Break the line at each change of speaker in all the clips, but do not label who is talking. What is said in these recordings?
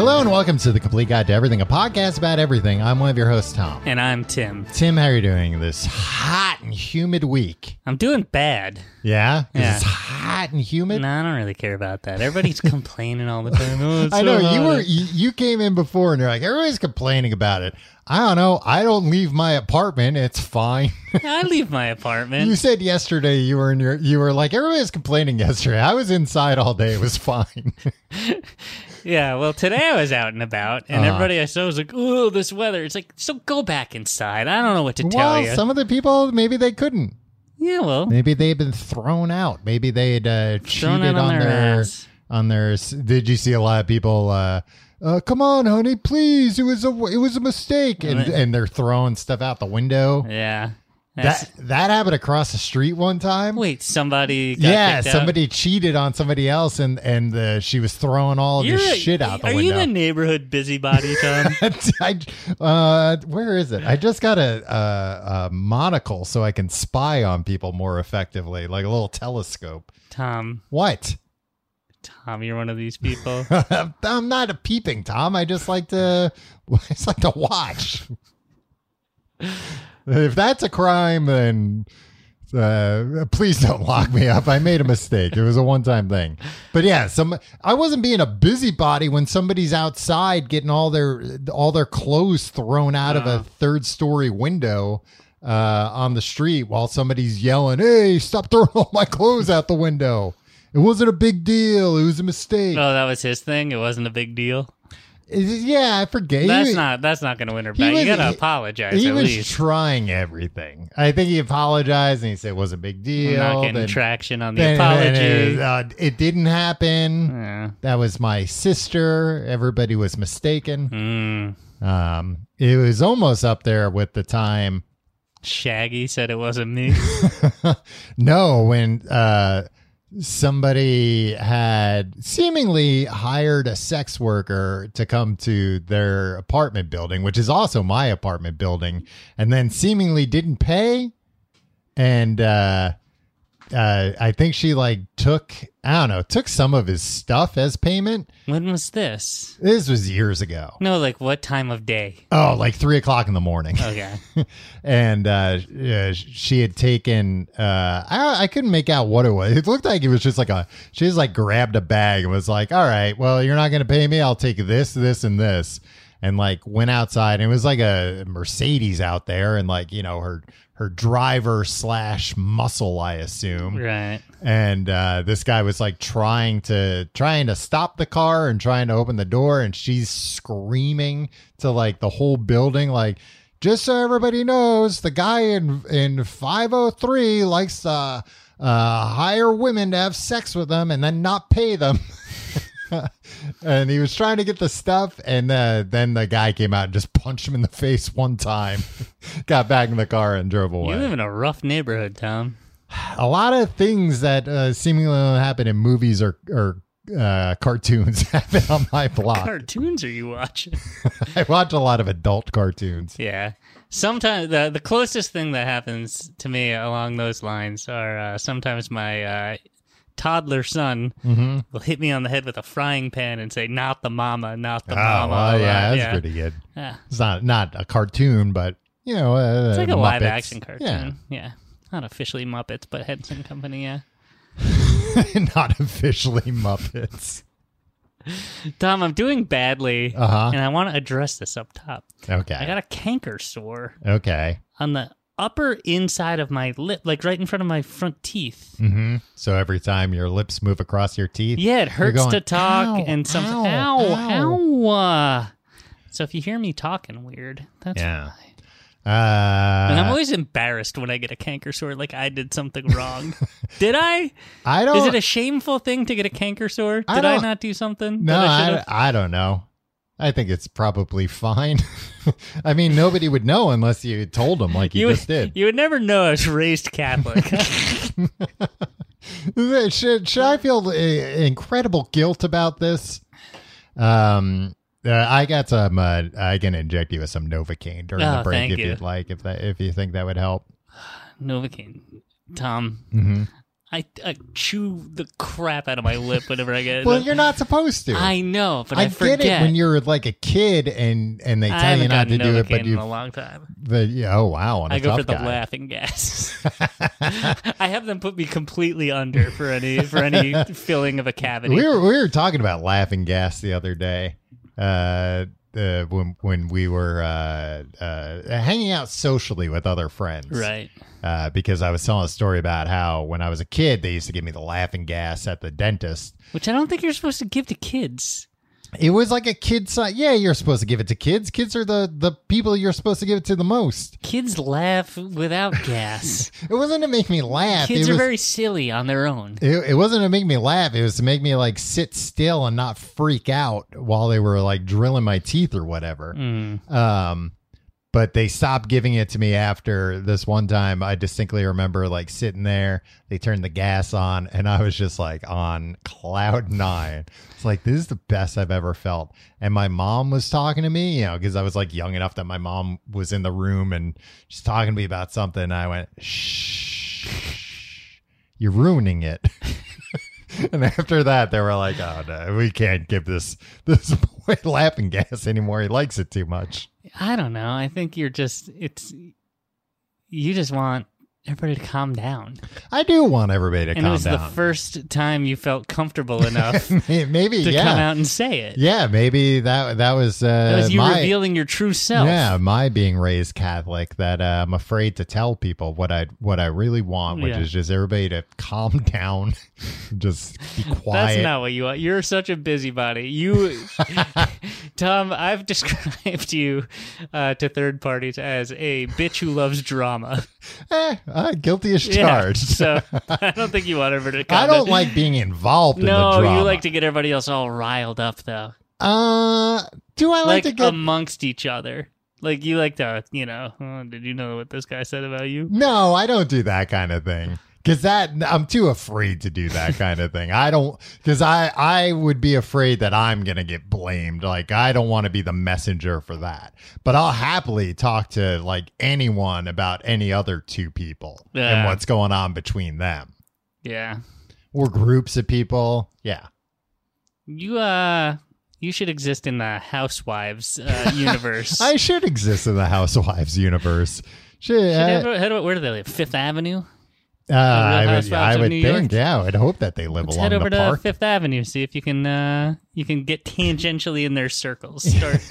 Hello and welcome to the Complete Guide to Everything, a podcast about everything. I'm one of your hosts, Tom.
And I'm Tim.
Tim, how are you doing this hot and humid week?
I'm doing bad.
Yeah, 'Cause
Yeah.
it's hot and humid.
No, I don't really care about that. Everybody's complaining all the time. Oh, it's
I
so
know you
hot.
were you, you came in before and you're like everybody's complaining about it. I don't know. I don't leave my apartment. It's fine.
I leave my
you
apartment.
said yesterday you were in your you were like everybody's complaining yesterday. I was inside all day. It was fine.
yeah. Well, today I was out and about,
Ah.
and everybody I saw was like, "Oh, this weather." It's like, so go back inside. I don't know what to tell
well,
you.
some of the people maybe they couldn't.
yeah. Well,
Maybe they'd been thrown out. Maybe they'd uh,
Thrown
cheated
out on
on
their
their
ass.
on their. s- Did you see a lot of people? Uh, uh, come on, honey, please. It was a it was a mistake, and and they're throwing stuff out the window.
yeah. That's-
That that happened across the street one time.
wait, somebody. Got
yeah,
kicked out?
somebody cheated on somebody else, and and uh, she was throwing all of
You're
this
a-
shit out the
are
window.
you the neighborhood busybody, Tom?
I, uh, where is it? I just got a, a, a monocle so I can spy on people more effectively, like a little telescope.
Tom,
What?
Tom, you're one of these people.
I'm not a peeping Tom. I just like to. I just like to watch. if that's a crime, then uh, please don't lock me up. I made a mistake. It was a one-time thing. But yeah, some. I wasn't being a busybody when somebody's outside getting all their all their clothes thrown out of a third-story window uh, on the street while somebody's yelling, "Hey, stop throwing all my clothes out the window." It wasn't a big deal. It was a mistake.
oh, that was his thing. It wasn't a big deal.
Is- Yeah, I forget.
That's
He-
not. That's not going to win her
he
back.
was-
You got to
he-
apologize
He
at
was
least.
trying everything. I think he apologized and he said it was a big deal.
not getting
then-
traction on the Hmm.
then-
apology.
then it, uh, it didn't happen.
Yeah.
That was my sister. Everybody was mistaken.
Mm.
Um, it was almost up there with the time.
Shaggy said it wasn't me.
no, when uh, somebody had seemingly hired a sex worker to come to their apartment building, which is also my apartment building, and then seemingly didn't pay. And uh, uh, I think she like took, I don't know, took some of his stuff as payment.
when was this?
This was years ago.
No, like what time of day?
Oh, like three o'clock in the morning
Okay.
and uh, uh, she had taken uh, I, I couldn't make out what it was it looked like it was just like a she just like grabbed a bag and was like all right well you're not going to pay me i'll take this this and this and like went outside and it was like a mercedes out there and like you know her her driver slash muscle i assume
right.
and uh, this guy was like trying to trying to stop the car and trying to open the door and she's screaming to like the whole building like just so everybody knows the guy in in 503 likes to uh, hire women to have sex with them and then not pay them and he was trying to get the stuff and uh, then the guy came out and just punched him in the face one time got back in the car and drove away
You live in a rough neighborhood, Tom.
a lot of things that uh, seemingly don't happen in movies or, or uh, cartoons happen on my block.
Cartoons are you watching?
I watch a lot of adult cartoons.
yeah. Sometimes the the closest thing that happens to me along those lines are uh, sometimes my uh, toddler son
Mm-hmm.
will hit me on the head with a frying pan and say, "Not the mama, not the
Oh,
mama."
well,
a lot.
yeah, that's pretty good.
Yeah.
It's not not a cartoon, but you know, uh,
It's like a
Muppets.
live action cartoon.
Yeah,
Yeah. Not officially Muppets, but Heads and Company, yeah.
not officially Muppets.
Tom, I'm doing badly,
Uh-huh.
and I want to address this up top.
Okay,
I got a canker sore
okay.
on the upper inside of my lip, like right in front of my front teeth.
hmm So every time your lips move across your teeth,
Yeah, it hurts
going,
to talk
"Ow,
and something.
ow,
Ow, ow. uh." So if you hear me talking weird, that's
Yeah.
why.
Uh,
And I'm always embarrassed when I get a canker sore, like I did something wrong. did I?
I
Is
don't.
it a shameful thing to get a canker sore?
I
Did I,
don't-
not do something?
no,
that I
I,
should've?
I don't know. I think it's probably fine. I mean, nobody would know unless you told them, like you,
would,
just did.
You would never know I was raised Catholic.
should should I feel uh, incredible guilt about this? Um, uh, I got some. Uh, I can inject you with some Novocaine during
Oh,
the break
thank
if
you.
would like, if that if you think that would help.
Novocaine, Tom.
Mhm.
I, I chew the crap out of my lip whenever I get.
Well, you're not supposed to.
I know, but I,
I
forget.
get it when you're like a kid and and they
I
tell you
haven't
not to
gotten
do it,
Novocaine
but
in
you.
a long time.
But yeah, oh wow, on a
I go
tough
for the
guy.
laughing gas. I have them put me completely under for any for any filling of a cavity.
We were we were talking about laughing gas the other day. Uh, uh, when when we were uh, uh, hanging out socially with other friends,
right.
Uh, because I was telling a story about how when I was a kid they used to give me the laughing gas at the dentist.
Which I don't think you're supposed to give to kids.
It was like a kid sign. Yeah, you're supposed to give it to kids. Kids are the the people you're supposed to give it to the most.
Kids laugh without gas.
It wasn't to make me laugh.
kids
it
are
was,
very silly on their own.
It, it wasn't to make me laugh. It was to make me like sit still and not freak out while they were like drilling my teeth or whatever.
Mm.
Um, but they stopped giving it to me after this one time. I distinctly remember like sitting there. They turned the gas on, and I was just like on cloud nine. It's like this is the best I've ever felt. And my mom was talking to me, you know, because I was like young enough that my mom was in the room and she's talking to me about something. And I went, "Shh, you're ruining it." And after that, they were like, "Oh no, we can't give this this boy laughing gas anymore. He likes it too much."
I don't know. I think you're just it's you just want everybody to calm down.
I do want everybody to
and it
calm
was the
down.
first time you felt comfortable enough to
maybe,
come
yeah,
out and say it.
yeah, maybe that that was uh,
That was you
my
revealing your true self.
yeah my being raised Catholic that uh, I'm afraid to tell people what I what I really want, which
Yeah.
is just everybody to calm down, just be
That's
quiet.
not what you want. You're such a busybody. You, Tom, I've described you uh, to third parties as a bitch who loves drama.
Eh, uh, guilty as
Yeah,
charged.
so I don't think you want everybody to.
I
comment.
don't like being involved in
No,
the drama.
you like to get everybody else all riled up, though.
Uh, do I like,
like um,
to get?
amongst each other. Like you like to, you know. Oh, did you know what this guy said about you?
No, I don't do that kind of thing. Cause that I'm too afraid to do that kind of thing. I don't because I I would be afraid that I'm gonna get blamed. Like I don't want to be the messenger for that. But I'll happily talk to like anyone about any other two people
Yeah.
and what's going on between them
Yeah.
or groups of people. Yeah,
You uh, you should exist in the housewives uh, universe.
I should exist in the Housewives universe. Shit,
Should
I-
everyone- how do- where do they live? Fifth Avenue.
uh, I would,
Housewives
I
of
would
New
think.
York?
Yeah, I'd hope that they live
Let's
along
head over
the
to
park.
Fifth Avenue. See if you can uh, you can get tangentially in their circles. Start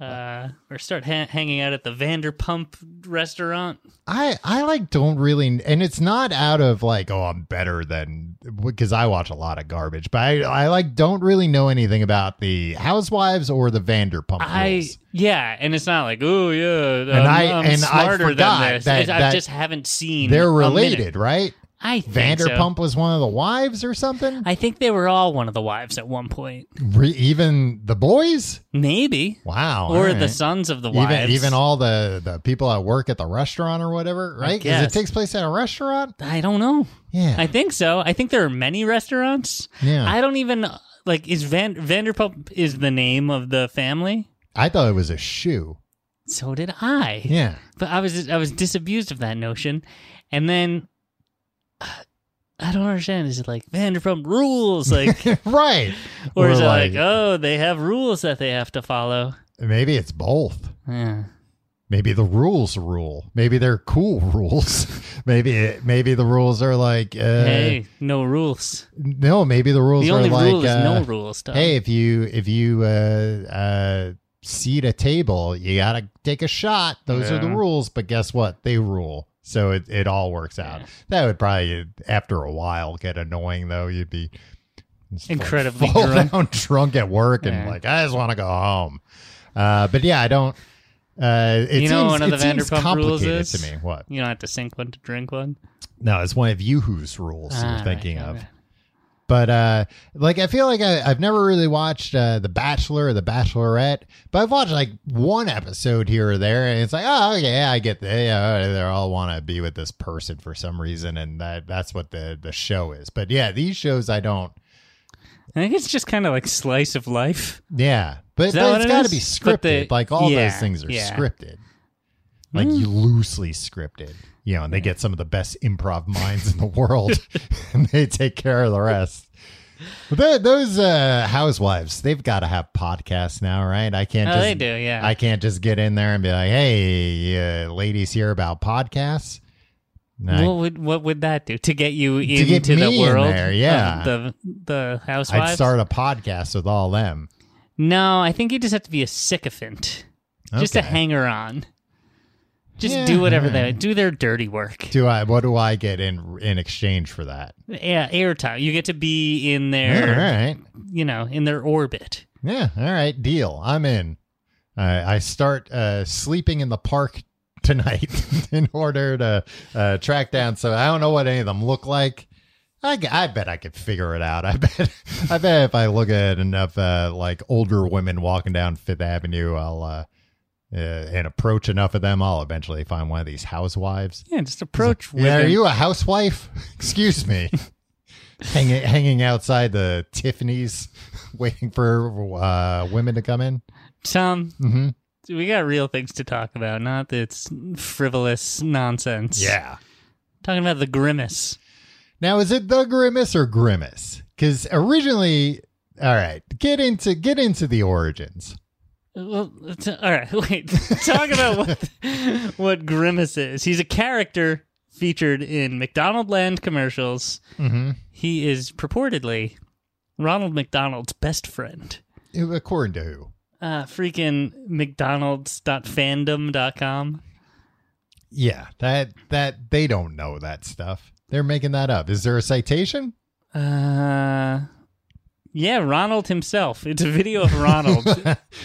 uh, or start ha- hanging out at the Vanderpump restaurant.
I I like don't really, and it's not out of like oh I'm better than because I watch a lot of garbage, but I I like don't really know anything about the Housewives or the Vanderpump
I
Rules.
yeah, and it's not like oh yeah, and
I-
I
and I
smarter
forgot
than this.
that-
I
that
just haven't seen.
They're
a minute.
related, right?
I think so.
Vanderpump was one of the wives or something.
I think they were all one of the wives at one point.
Re- even the boys.
Maybe.
Wow.
or
all
the
right.
sons of the wives.
Even, even all the, the people at work at the restaurant or whatever, right? Because it
guess.
takes place at a restaurant.
I don't know.
Yeah.
I think so. I think there are many restaurants.
Yeah.
I don't even like is Van Vanderpump is the name of the family.
I thought it was a shoe.
So did I.
Yeah.
But I was I was disabused of that notion. And then I don't understand. Is it like Vanderpump rules like
right.
or is it like, oh, they have rules that they have to follow?
maybe it's both. Uh,
Yeah.
maybe the rules rule maybe they're cool rules maybe maybe the rules are like uh,
hey, no rules.
no maybe the rules
The
are
only
like
rule is
uh,
no rules. Tom.
hey if you if you uh uh seat a table, you got to take a shot. Those are the
Yeah.
rules. But guess what? They rule. So it, it all works out. That would probably, after a while, get annoying, though. You'd be just, like,
Incredibly
fall
drunk.
down drunk at work and
Yeah.
like, I just want to go home. Uh, but yeah, I don't. Uh, it
you know,
seems,
one of
it
the
seems
Vanderpump rules
complicated
is
to me. What?
You don't have to sink one to drink one.
No, it's one of Yoo-Hoo's rules
Ah,
you're
right,
thinking
yeah,
of.
right.
But uh, like, I feel like I, I've never really watched uh, The Bachelor or The Bachelorette, but I've watched like one episode here or there, and it's like, oh yeah, I get that. Yeah, they all want to be with this person for some reason, and that that's what the the show is. But yeah, these shows I don't.
I think it's just kind of like slice of life.
Yeah, but,
Is that
but
what
it's
it
got to
is?
be
But
scripted.
the-
like all
yeah,
those things are
yeah. Hmm.
scripted, like you loosely scripted. You know, and they get some of the best improv minds in the world, and they take care of the rest. But tho- those uh, housewives, they've got to have podcasts now, right? I can't.
Oh,
just,
they do, yeah.
I can't just get in there and be like, "Hey, uh, ladies, hear about podcasts." No, I
what would what would that do to get you
get
into
me
the
in
world?
there, yeah.
of the the housewives.
I'd start a podcast with all them.
No, I think you just have to be a sycophant, just a
Okay.
hanger on. Just
Yeah.
do whatever they do. Their dirty work.
Do I? What do I get in in exchange for that?
Yeah, airtime. You get to be in
All
their,
right.
you know, in their orbit.
Yeah. All right. Deal. I'm in. I I start uh, sleeping in the park tonight in order to uh, track down. So I don't know what any of them look like. I, g- I bet I could figure it out. I bet I bet if I look at enough uh, like older women walking down Fifth Avenue, I'll uh, uh, and approach enough of them, I'll eventually find one of these housewives.
Yeah, just approach
Yeah,
women.
are you a housewife? Excuse me. hanging hanging outside the Tiffany's, waiting for uh, women to come in.
Tom,
Mm-hmm.
we got real things to talk about, not this frivolous nonsense. Talking about the grimace.
Now is it the grimace or grimace? Because originally, all right, get into get into the origins.
Well, t- all right, wait. Talk about what what grimace is. He's a character featured in McDonald Land commercials.
Mm-hmm.
He is purportedly Ronald McDonald's best friend.
According to who?
Uh, freaking McDonald's.fandom.com.
Yeah, that that they don't know that stuff. They're making that up. Is there a citation?
Uh, yeah, Ronald himself. It's a video of Ronald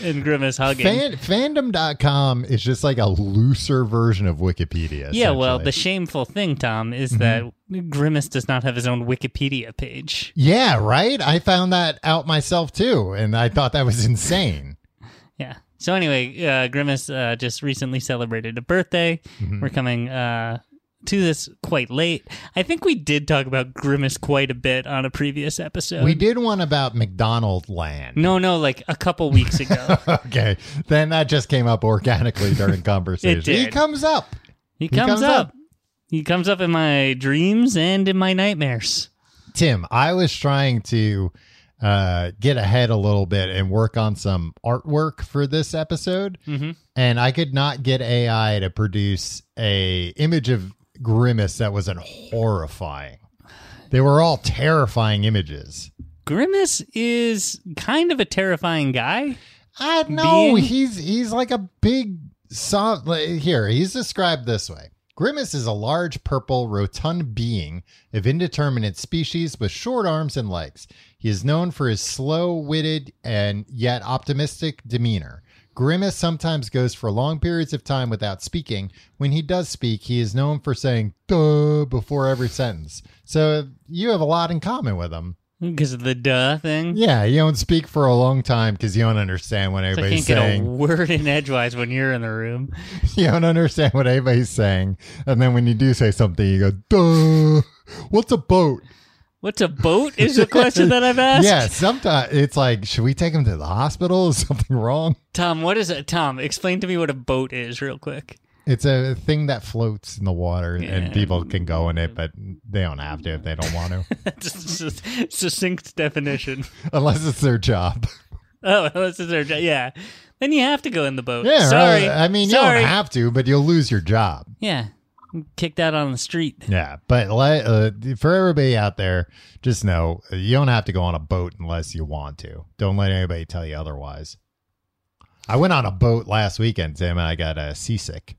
and Grimace hugging.
Fan, fandom.com is just like a looser version of Wikipedia.
yeah, well,
essentially. Mm-hmm.
the shameful thing, Tom, is that Grimace does not have his own Wikipedia page.
Yeah, right? I found that out myself too, and I thought that was insane.
Yeah. So anyway, uh, Grimace uh, just recently celebrated a birthday.
Mm-hmm.
We're coming uh, to this quite late. I think we did talk about Grimace quite a bit on a previous episode.
We did one about McDonald Land.
No, no, like a couple weeks ago.
Okay. Then that just came up organically during conversation. He
did.
comes up.
He comes,
comes
up.
up.
He comes up in my dreams and in my nightmares.
Tim, I was trying to uh, get ahead a little bit and work on some artwork for this episode,
Mhm.
and I could not get AI to produce a image of Grimace that wasn't horrifying. They were all terrifying images.
Grimace is kind of a terrifying guy.
I know
being?
he's he's like a big soft. like, Here, he's described this way. Grimace is a large, purple, rotund being of indeterminate species with short arms and legs. He is known for his slow witted and yet optimistic demeanor. Grimace sometimes goes for long periods of time without speaking. When he does speak, he is known for saying duh before every sentence. So you have a lot in common with him.
Because of the duh thing.
Yeah, you don't speak for a long time because you don't understand what
I can't
everybody's
get a
saying.
word in edgewise when you're in the room.
you don't understand what anybody's saying. And then when you do say something, you go, duh, what's a boat?
What's a boat is the question that I've asked.
Yeah, sometimes it's like, should we take him to the hospital? Is something wrong?
Tom, what is it? Tom, explain to me what a boat is real quick.
It's a thing that floats in the water and
Yeah.
people can go in it, but they don't have to if they don't want to,
That's a s- succinct definition.
unless it's their job.
Oh, this is our jo- yeah. Then you have to go in the boat.
Yeah,
Sorry.
I mean, you
Sorry.
don't have to, but you'll lose your job.
Yeah. Kicked out on the street.
Yeah, but le- uh, for everybody out there, just know uh, you don't have to go on a boat unless you want to. Don't let anybody tell you otherwise. I went on a boat last weekend, Tim, and I got uh, seasick.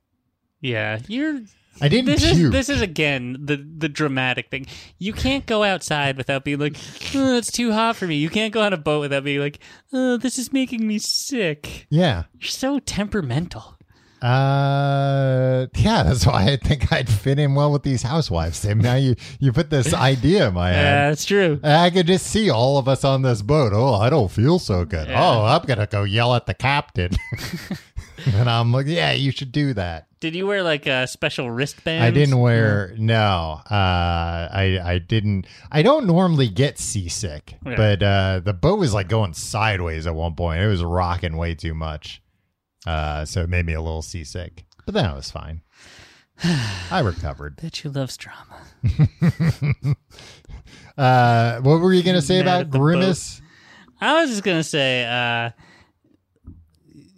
Yeah, you're.
I didn't
This is
puke.
this is again the the dramatic thing. You can't go outside without being like, oh, "It's too hot for me." You can't go on a boat without being like, "Oh, this is making me sick."
yeah.
You're so temperamental.
Uh, yeah, that's why I think I'd fit in well with these housewives, Tim. Now you, you put this idea in my
Yeah,
head.
that's true.
And I could just see all of us on this boat. Oh, I don't feel so good.
Yeah.
Oh, I'm going to go yell at the captain. and I'm like, yeah, you should do that.
Did you wear like a special wristband?
I didn't wear, no, uh, I, I didn't, I don't normally get seasick,
Yeah.
but, uh, the boat was like going sideways at one point. It was rocking way too much. Uh, so it made me a little seasick, but then I was fine. I recovered.
Bet you loves drama.
Uh, what were you going to say
Mad
about
at the boat.
Grimace?
I was just gonna say, uh,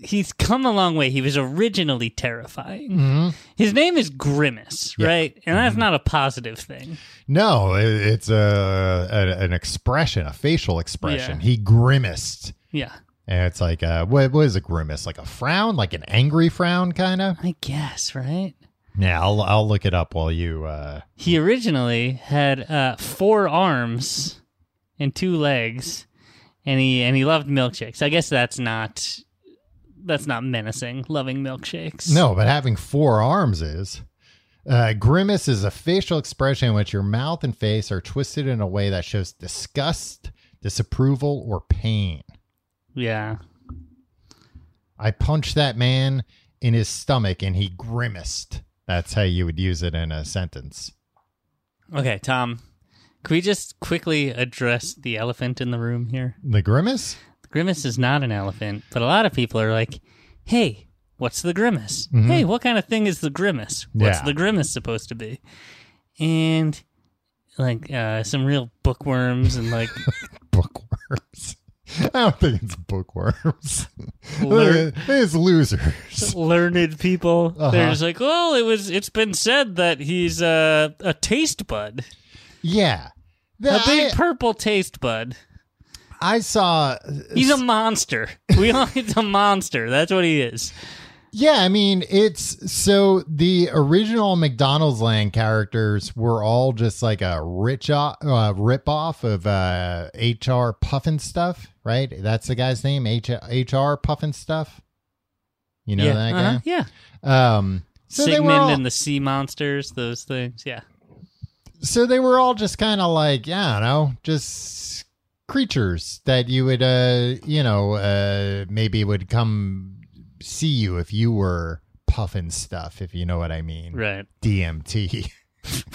he's come a long way. He was originally terrifying. His name is Grimace, right? And that's not a positive thing.
No, it, it's a, a an expression, a facial expression.
Yeah.
He grimaced,
Yeah,
and it's like uh what, what is a grimace? Like a frown, like an angry frown, kind of.
I guess, right?
Yeah, I'll I'll look it up while you. uh
He originally had uh, four arms and two legs, and he and he loved milkshakes. I guess that's not that's not menacing. Loving milkshakes.
No, but having four arms is. Uh, grimace is a facial expression in which your mouth and face are twisted in a way that shows disgust, disapproval, or pain.
Yeah.
I punched that man in his stomach and he grimaced. That's how you would use it in a sentence.
Okay, Tom. Can we just quickly address the elephant in the room here?
The grimace?
Grimace is not an elephant, but a lot of people are like, hey, what's the grimace? Hey, what kind of thing is the grimace? What's
Mm-hmm. Yeah.
the grimace supposed to be? And like uh, some real bookworms and like
bookworms. I don't think it's bookworms.
Learn-
it's losers.
learned people. They're
Uh-huh.
just like, well, it was. It's been said that he's a a taste bud,
Yeah.
a
That-
big
I,
purple taste bud.
I saw.
He's a monster. We all, he's a monster. That's what he is.
Yeah, I mean, it's so the original McDonald's Land characters were all just like a rich o- uh, rip off of uh, HR Puffin stuff, right? That's the guy's name, H- HR Puffin stuff. You know
yeah,
that guy?
uh-huh, yeah.
Um, so they were
Sigmund
all,
and the sea monsters. Those things. Yeah.
so they were all just kind of like, yeah, I don't know, just creatures that you would, uh, you know, uh, maybe would come see you if you were puffin stuff, if you know what I mean.
Right.
DMT.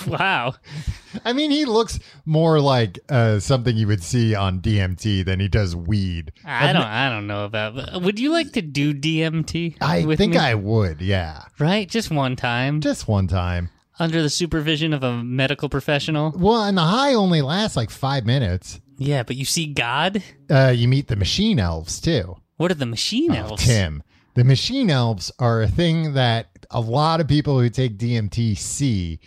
Wow.
I mean, he looks more like uh, something you would see on DMT than he does weed.
I don't. I don't know about. uh, Would you like to do DMT?
I
with
think
me?
I would, yeah.
right just one time
Just one time.
under the supervision of a medical professional.
Well, and the high only lasts like five minutes.
Yeah, but you see God.
Uh, you meet the machine elves too.
What are the machine
Oh,
elves?
Tim, the machine elves are a thing that a lot of people who take DMT see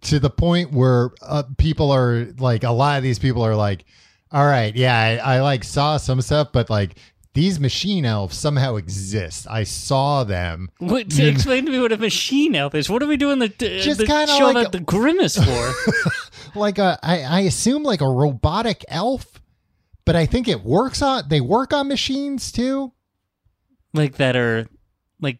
to the point where uh, people are like, a lot of these people are like, all right, yeah, I, I like saw some stuff, but like these machine elves somehow exist. I saw them.
What, to explain to me what a machine elf is. What are we doing the, uh,
Just
the
kinda
show
like
about
a-
the grimace for?
Like, a, I, I assume like a robotic elf, but I think it works on, they work on machines too.
like that are like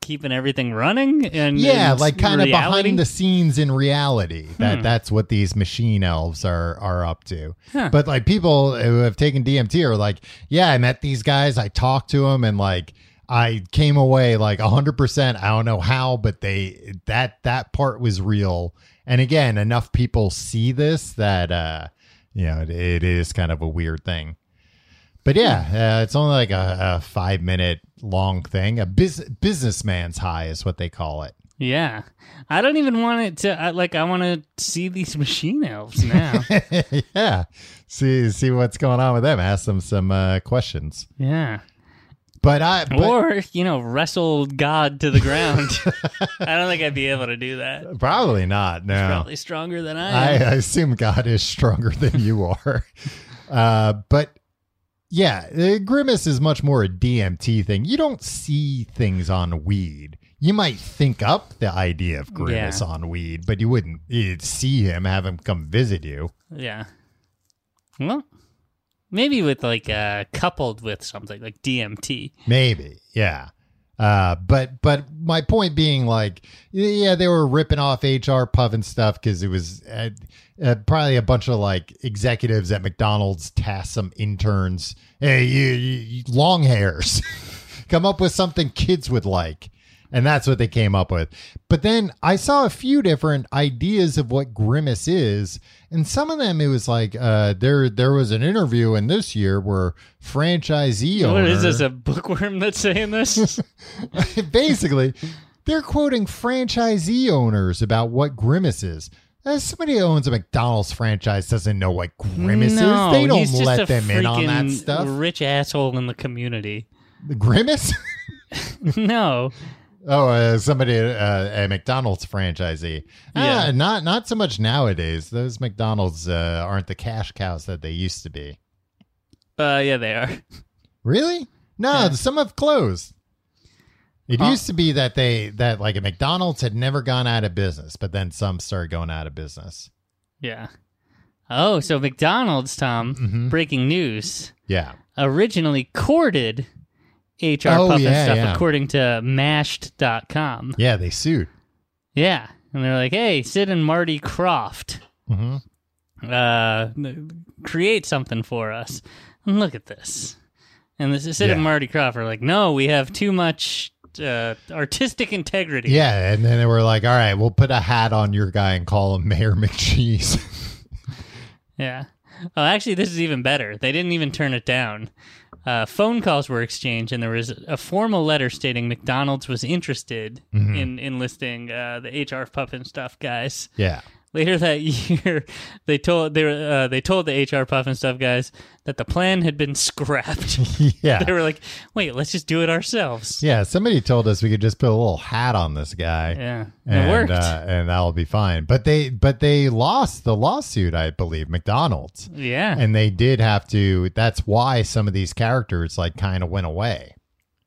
keeping everything running and
yeah
and
like kind of
reality?
behind the scenes in reality that
Hmm.
that's what these machine elves are are up to
Huh.
but like people who have taken dmt are like yeah i met these guys i talked to them and like i came away like 100% i don't know how but they that that part was real and again enough people see this that uh you know it, it is kind of a weird thing but yeah, uh, it's only like a, a five minute long thing. A bus- businessman's high is what they call it.
Yeah, I don't even want it to. I, like I want to see these machine elves now.
yeah. See see what's going on with them. Ask them some uh, questions.
yeah.
But I but
or you know wrestle god to the ground i don't think i'd be able to do that
probably not. No.
probably stronger than i
I, uh,
am
I assume God is stronger than you are. Uh, but Yeah, uh, grimace is much more a DMT thing. You don't see things on weed. You might think up the idea of grimace
Yeah.
on weed, but you wouldn't you'd see him, have him come visit you.
Yeah. Well, maybe with like uh coupled with something like DMT.
Maybe, yeah. Uh, but but my point being, like, yeah, they were ripping off HR Puff and stuff because it was uh, uh, probably a bunch of like executives at McDonald's tasked some interns, hey, you, you, you long hairs, come up with something kids would like. And that's what they came up with. But then I saw a few different ideas of what grimace is, and some of them it was like uh, there there was an interview in this year where franchisee owner
What is this? A bookworm that's saying this?
basically, they're quoting franchisee owners about what Grimace is. Uh, somebody who owns a McDonald's franchise doesn't know what Grimace is.
no,
They
he's
don't
just a
let them in on that
freaking
stuff.
Rich asshole in the community.
The Grimace?
no,
oh, uh, somebody uh, a McDonald's franchisee. Yeah,
Yeah.
not not so much nowadays. Those McDonald's uh, aren't the cash cows that they used to be.
uh, yeah, they are.
Really? No,
Yeah. Uh,
some have closed. It
Huh.
used to be that they that like a McDonald's had never gone out of business, but then some started going out of business.
Yeah. Oh, so McDonald's, Tom.
Mhm.
Breaking news.
Yeah.
Originally courted HR
Oh,
Puff and
yeah,
stuff,
yeah.
according to Mashed.com.
Yeah, they sued.
Yeah. And they're like, hey, Sid and Marty Croft,
hmm
uh, create something for us. And look at this. And this Sid and
Yeah.
Marty Croft are like, no, we have too much uh, artistic integrity.
Yeah, and then they were like, "All right, we'll put a hat on your guy and call him Mayor McCheese."
Yeah. Oh, actually, this is even better. They didn't even turn it down. Uh, phone calls were exchanged, and there was a formal letter stating McDonald's was interested
Mm-hmm.
in enlisting uh, the HR Puffin Stuff guys.
yeah.
Later that year, they told they were, uh, they told the HR Puffin Stuff guys that the plan had been scrapped. they
Yeah.
were like, "Wait, let's just do it ourselves."
Yeah, somebody told us we could just put a little hat on this guy.
Yeah,
And,
it worked.
Uh, and that'll be fine. But they but they lost the lawsuit, I believe, McDonald's.
yeah,
And they did have to that's why some of these characters like kind of went away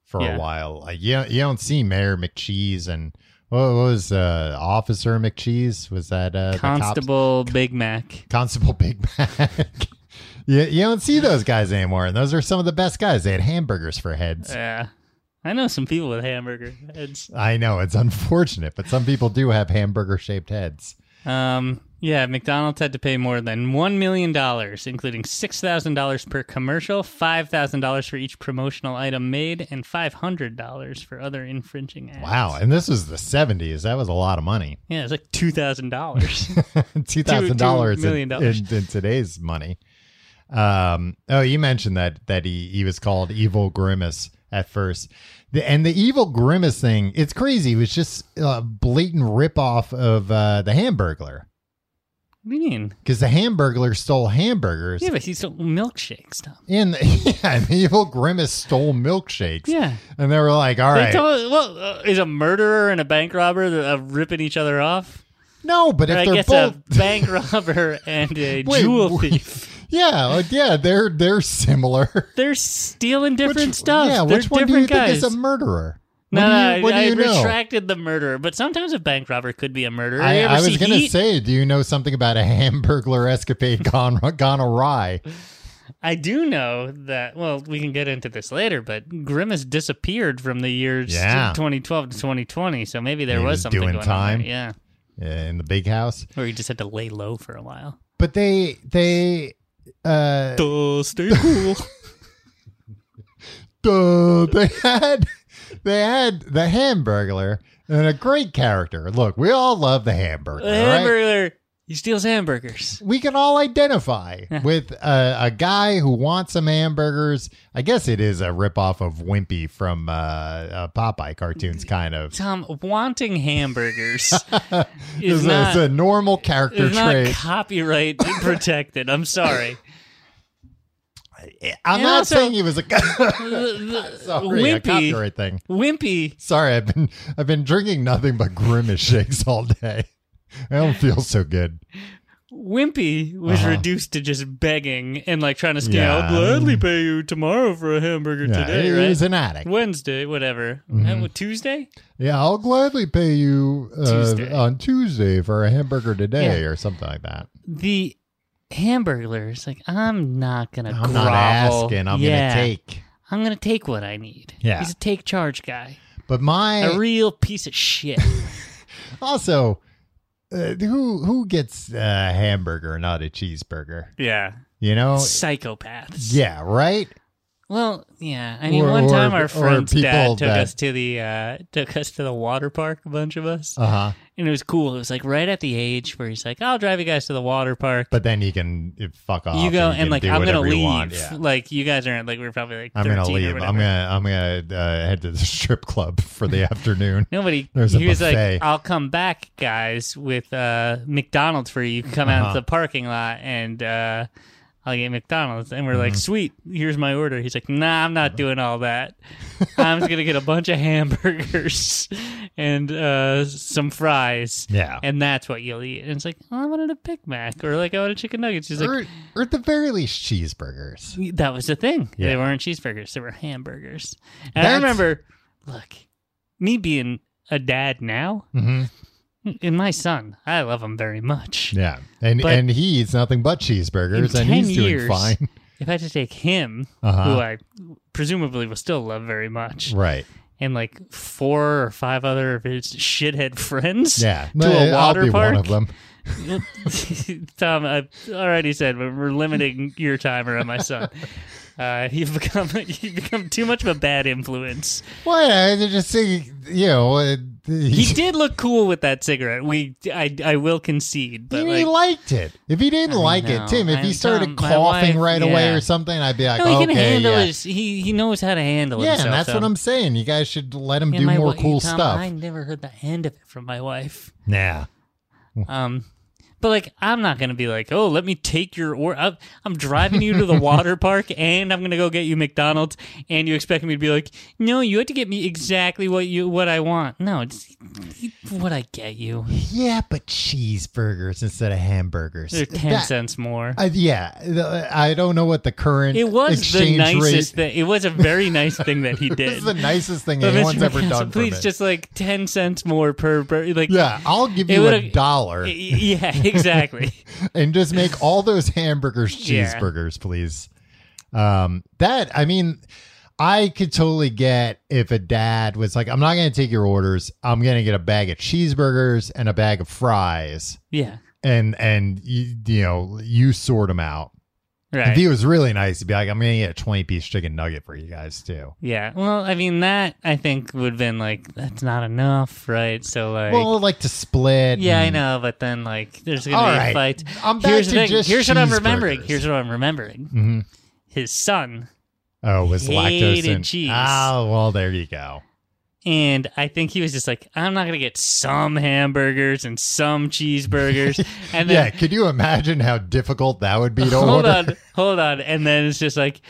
for
Yeah.
a while. Like you, you don't see Mayor McCheese and what was uh Officer McCheese? Was that uh the cop's-
Constable Big Mac.
Constable Big Mac. you, you don't see those guys anymore, and those are some of the best guys. They had hamburgers for heads.
Yeah, I know some people with hamburger heads.
I know it's unfortunate, but some people do have hamburger shaped heads.
Um, yeah, McDonald's had to pay more than $1 million, including $6,000 per commercial, $5,000 for each promotional item made, and $500 for other infringing acts.
Wow, and this was the seventies. That was a lot of money.
Yeah, it's like $2,000.
two thousand dollars
million
in,
dollars.
in- in today's money. Um, oh, you mentioned that that he he was called Evil Grimace at first, the, and the Evil Grimace thing. It's crazy. It was just a blatant ripoff of uh, the Hamburglar
what do you mean?
because the Hamburglar stole hamburgers.
Yeah, but he's still milkshakes, Tom.
And yeah, and the Evil Grimace stole milkshakes.
Yeah.
and they were like, "All
They
right,
told, well, uh, is a murderer and a bank robber the- uh, ripping each other off?
no, but
Or
if
I
they're
guess uh,
both."
a bank robber and a
Wait,
jewel
wait.
thief.
Yeah, like, yeah, they're they're similar.
They're stealing different
Which-
stuff.
Yeah,
They're
which one do you
different guys.
think is a murderer?
No,
what do you,
no,
what
I,
do you
I
know?
retracted the murderer, but sometimes a bank robber could be a murderer.
I,
You ever
I was
see
gonna
Heat?
say, do you know something about a hamburglar escapade gone gone awry?
I do know that. Well, we can get into this later, but Grimace disappeared from the years
Yeah.
2012 to 2020, so maybe there
He
was,
was
something
doing
going on.
time.
There. Yeah,
In the big house,
or he just had to lay low for a while.
but they they uh
Duh, stay cool.
duh, they had they had the hamburglar and a great character. Look, we all love the hamburglar.
the
right?
hamburger. He steals hamburgers.
we can all identify
Yeah.
with a, a guy who wants some hamburgers. I guess it is a ripoff of Wimpy from uh, uh, Popeye cartoons, kind of.
Tom, wanting hamburgers
It's
is
a,
not,
it's a normal character
is not
trait.
copyright protected. I'm sorry.
I'm
And
not
also-
saying he was a
The- the-
sorry, a copyright thing.
Wimpy
Sorry, I've been I've been drinking nothing but grimace shakes all day. I don't feel so good.
Wimpy was
Uh-huh.
reduced to just begging and like trying to scale.
Yeah, I
I'll gladly
mean-
pay you tomorrow for a hamburger
Yeah,
today,
he-
right?
he's an addict.
Wednesday, whatever.
Mm-hmm.
Uh, what, Tuesday?
Yeah, I'll gladly pay you uh,
Tuesday.
on Tuesday for a hamburger today
Yeah.
or something like that.
The hamburglar's like, I'm not gonna
I'm
grovel.
not asking. I'm
Yeah,
gonna take.
I'm gonna take what I need.
Yeah.
He's a take charge guy.
But my
A real piece of shit.
also, uh, who who gets a hamburger, not a cheeseburger?
yeah.
You know?
Psychopaths.
Oh, Yeah, right.
Well, yeah. I mean,
Or-
one time
or-
our
or
friend's
people
dad took
that-
us to the uh, took us to the water park, a bunch of us,
Uh huh.
and it was cool. It was like right at the age where he's like, "I'll drive you guys to the water park."
But then you can uh, fuck off.
you go
you
and,
can
like,
do
I'm gonna
whatever you
leave.
want. Yeah.
Like you guys aren't like we we're probably like.
I'm gonna
13 or
leave. I'm
whatever.
gonna I'm gonna uh, head to the strip club for the afternoon.
Nobody.
There's a
he was
buffet.
like, "I'll come back, guys, with uh, McDonald's for you. You can come out
Uh-huh.
to the parking lot and uh, I'll get McDonald's." And we're like,
Mm-hmm.
"Sweet, here's my order." He's like, "Nah, I'm
Uh-huh.
not doing all that. I'm just gonna get a bunch of hamburgers and uh, some fries."
Yeah.
And that's what you'll eat. And it's like, oh, I wanted a Big Mac or like I wanted chicken nuggets. He's like,
or, or at the very least, cheeseburgers.
That was the thing.
Yeah.
They weren't cheeseburgers, they were hamburgers. And I
That's-
remember, look, me being a dad now,
Mm-hmm.
and my son, I love him very much.
Yeah, and
But-
and he eats nothing but cheeseburgers,
In
and
10
he's
years-
doing fine.
If I had to take him,
Uh-huh.
who I presumably will still love very much,
Right.
and like four or five other of his shithead friends
Yeah.
to a water
I'll be
park,
one of them.
Tom, I already said we're we're limiting your time around my son. Uh, you've become you've become too much of a bad influence.
Well, yeah, they just say, you know, uh,
He did look cool with that cigarette. We, I, I will concede,
He
but like,
liked it. If he didn't
I
like
know.
it, Tim, if he
I'm
started
dumb. My
coughing
wife-
right away
yeah.
or something, I'd be like,
no, he
okay,
can handle
yeah.
his. He, he knows how to handle
yeah,
himself.
and that's what
though.
I'm saying. You guys should let him
And
do
my
more
wi-
cool
Tom,
stuff.
I never heard the end of it from my wife.
Nah.
Um, but like, I'm not gonna be like, oh, let me take your or I'm, I'm driving you to the water park, and I'm gonna go get you McDonald's, and you expect me to be like, no, you have to get me exactly what you what I want. No, it's what I get you.
Yeah, but cheeseburgers instead of hamburgers.
They're ten
That-
cents more.
I- yeah, the- I don't know what the current
It was the
exchange
nicest
rate.
thing. It was a very nice thing that he
This
did.
is the nicest thing
But Mr.
anyone's ever
McCaskill,
done. for
please
me.
just like ten cents more per, per like
yeah, I'll give
It
you a
would've-
dollar
y- yeah, exactly.
and just make all those hamburgers
Yeah.
cheeseburgers, please. Um, that I mean, I could totally get if a dad was like, "I'm not going to take your orders. I'm going to get a bag of cheeseburgers and a bag of fries,
yeah,
and and you, you know you sort them out."
right.
If he was really nice, he'd be like, "I'm going to get a 20 piece chicken nugget for you guys too."
yeah. Well, I mean that I think would have been like that's not enough, right? So like,
well, like to split.
yeah, I
and-
know, but then like there's gonna
All
be
right.
a fight.
I'm back
Here's the
to
thing.
just
Here's what I'm remembering.
cheeseburgers.
Here's what I'm remembering.
Mhm.
His son
Oh, it was lactose
Hated
and
cheese.
Ah, well, there you go.
And I think he was just like, I'm not gonna get some hamburgers and some cheeseburgers, and then
yeah, could you imagine how difficult that would be to
hold
order?
on, hold on. And then it's just like,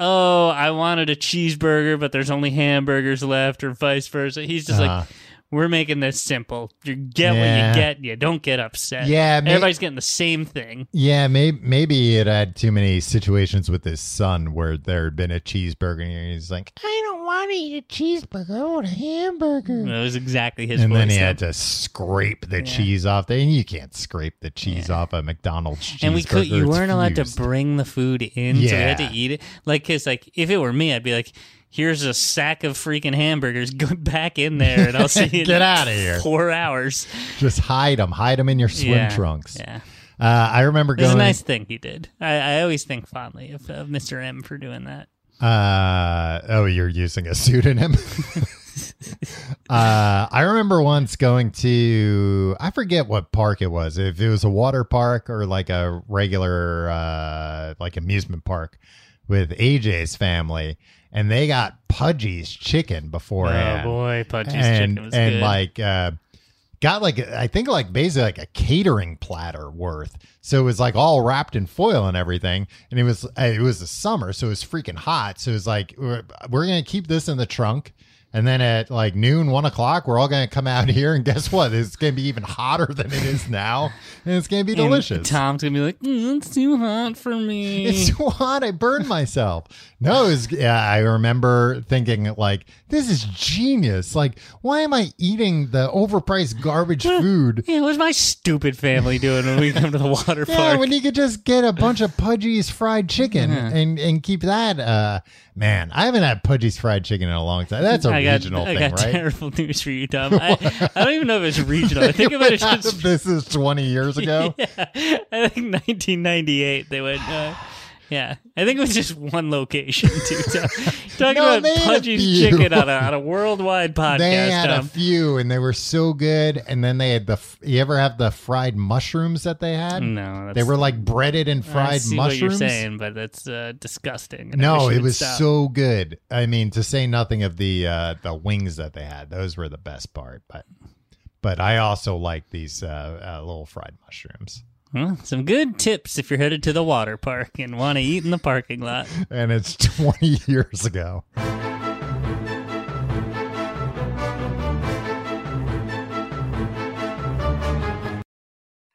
oh, I wanted a cheeseburger, but there's only hamburgers left, or vice versa. He's just
Uh-huh.
like, we're making this simple. You get
Yeah.
what you get. You don't get upset.
Yeah, ma-
everybody's getting the same thing.
Yeah, may- maybe it had too many situations with his son where there had been a cheeseburger and he's like, I don't want to eat a cheeseburger, I want a hamburger.
That was exactly his.
And then
voice
he
though.
had to scrape the cheese off. The, and you can't scrape the cheese off a McDonald's cheeseburger.
and we could you
it's
weren't allowed to
fused.
bring the food in so we had
Yeah.
to eat it like because like if it were me i'd be like here's a sack of freaking hamburgers go back in there and i'll see you in
Get outta here.
four hours
Just hide them. Hide them in your swim
Yeah.
trunks.
yeah
Uh, I remember
it was
going.
a nice thing he did i, I always think fondly of, of mr m for doing that
Uh, oh, you're using a pseudonym. uh, I remember once going to I forget what park it was. If it was a water park or like a regular uh, like amusement park with AJ's family, and they got Pudgy's chicken beforehand.
oh boy pudgy's
and
chicken was
and
good
like uh, got like I think like basically like a catering platter worth. So it was like all wrapped in foil and everything, and it was uh, it was the summer, so it was freaking hot. So it was like we're, we're gonna keep this in the trunk. And then at like noon, one o'clock, we're all going to come out here, and guess what? It's going to be even hotter than it is now, and it's going to be
And
delicious.
Tom's gonna be like, mm, "It's too hot for me."
It's too hot. I burned myself. No, it was, yeah, I remember thinking like, this is genius. Like, why am I eating the overpriced garbage food?
yeah, what's my stupid family doing when we come to the water
Yeah,
park?
when you could just get a bunch of Pudgy's fried chicken and and keep that. Uh, man, I haven't had Pudgy's fried chicken in a long time. That's a
I got,
regional
I
thing,
got
right?
terrible news for you, Tom. I, I don't even know if it's regional. I think about it just.
this is twenty years ago.
I think 1998 they went. Uh, yeah, I think it was just one location too. Tom. Talking
No, they
about
had a
Pudgy's
few.
chicken on a, on a worldwide podcast.
They had a
Tom.
few, and they were so good. And then they had the. f- You ever have the fried mushrooms that they had?
no, that's,
They were like breaded and fried
I see
mushrooms.
What you're saying, but that's uh, disgusting. and I
No,
wish
it
would
was
stop.
so good. I mean, to say nothing of the uh, the wings that they had; those were the best part. But but I also like these uh, uh, little fried mushrooms,
Well, some good tips if you're headed to the water park and want to eat in the parking lot.
and it's twenty years ago.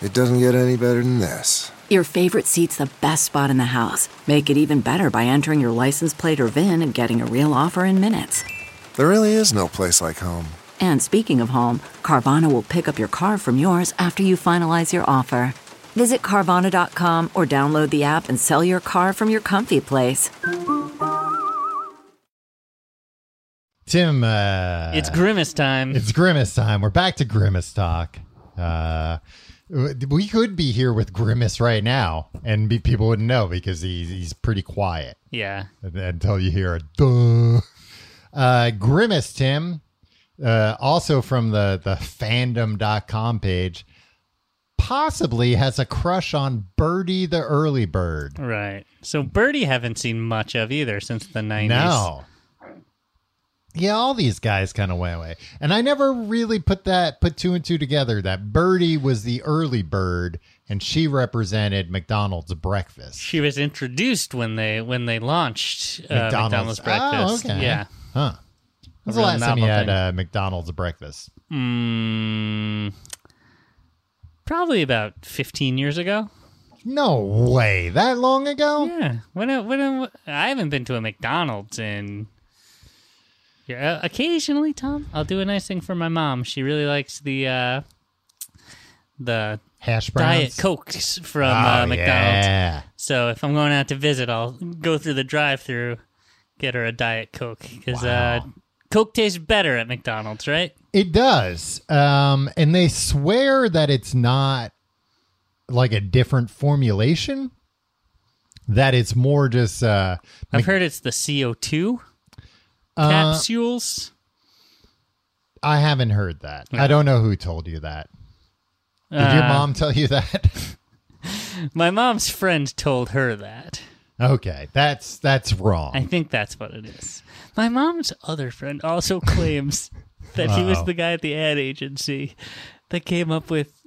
It doesn't get any better than this.
Your favorite seat's the best spot in the house. Make it even better by entering your license plate or VIN and getting a real offer in minutes.
There really is no place like home.
And speaking of home, Carvana will pick up your car from yours after you finalize your offer. Visit Carvana.com or download the app and sell your car from your comfy place.
Tim, uh,
it's grimace time.
it's grimace time. We're back to grimace talk. Uh, we could be here with grimace right now, and be, people wouldn't know because he's he's pretty quiet.
yeah,
until you hear a duh. Uh, Grimace Tim, uh, also from the, the fandom.com page, possibly has a crush on Birdie the early bird.
right. So Birdie haven't seen much of either since the nineties.
No. Yeah, all these guys kind of went away. And I never really put that put two and two together that Birdie was the early bird and she represented McDonald's breakfast.
she was introduced when they when they launched uh, McDonald's, breakfast.
Oh, okay.
Yeah.
Huh. When's the
real
last time you
novel
had
thing.
uh, McDonald's breakfast?
Mm, probably about fifteen years ago.
No way. That long ago?
Yeah. When I, when I, I haven't been to a McDonald's in. Yeah, uh, occasionally, Tom. I'll do a nice thing for my mom. She really likes the uh, the
Hash browns.
diet cokes from
Oh,
uh, McDonald's.
Yeah.
So if I'm going out to visit, I'll go through the drive-through, get her a diet coke because uh, coke tastes better at McDonald's, right?
It does. Um, and they swear that it's not like a different formulation, that it's more just uh,
I've heard it's the CO2
uh,
capsules.
I haven't heard that. I don't know who told you that. Did
Uh,
your mom tell you that?
My mom's friend told her that.
okay, that's that's wrong.
I think that's what it is. My mom's other friend also claims that he was
Wow.
the guy at the ad agency that came up with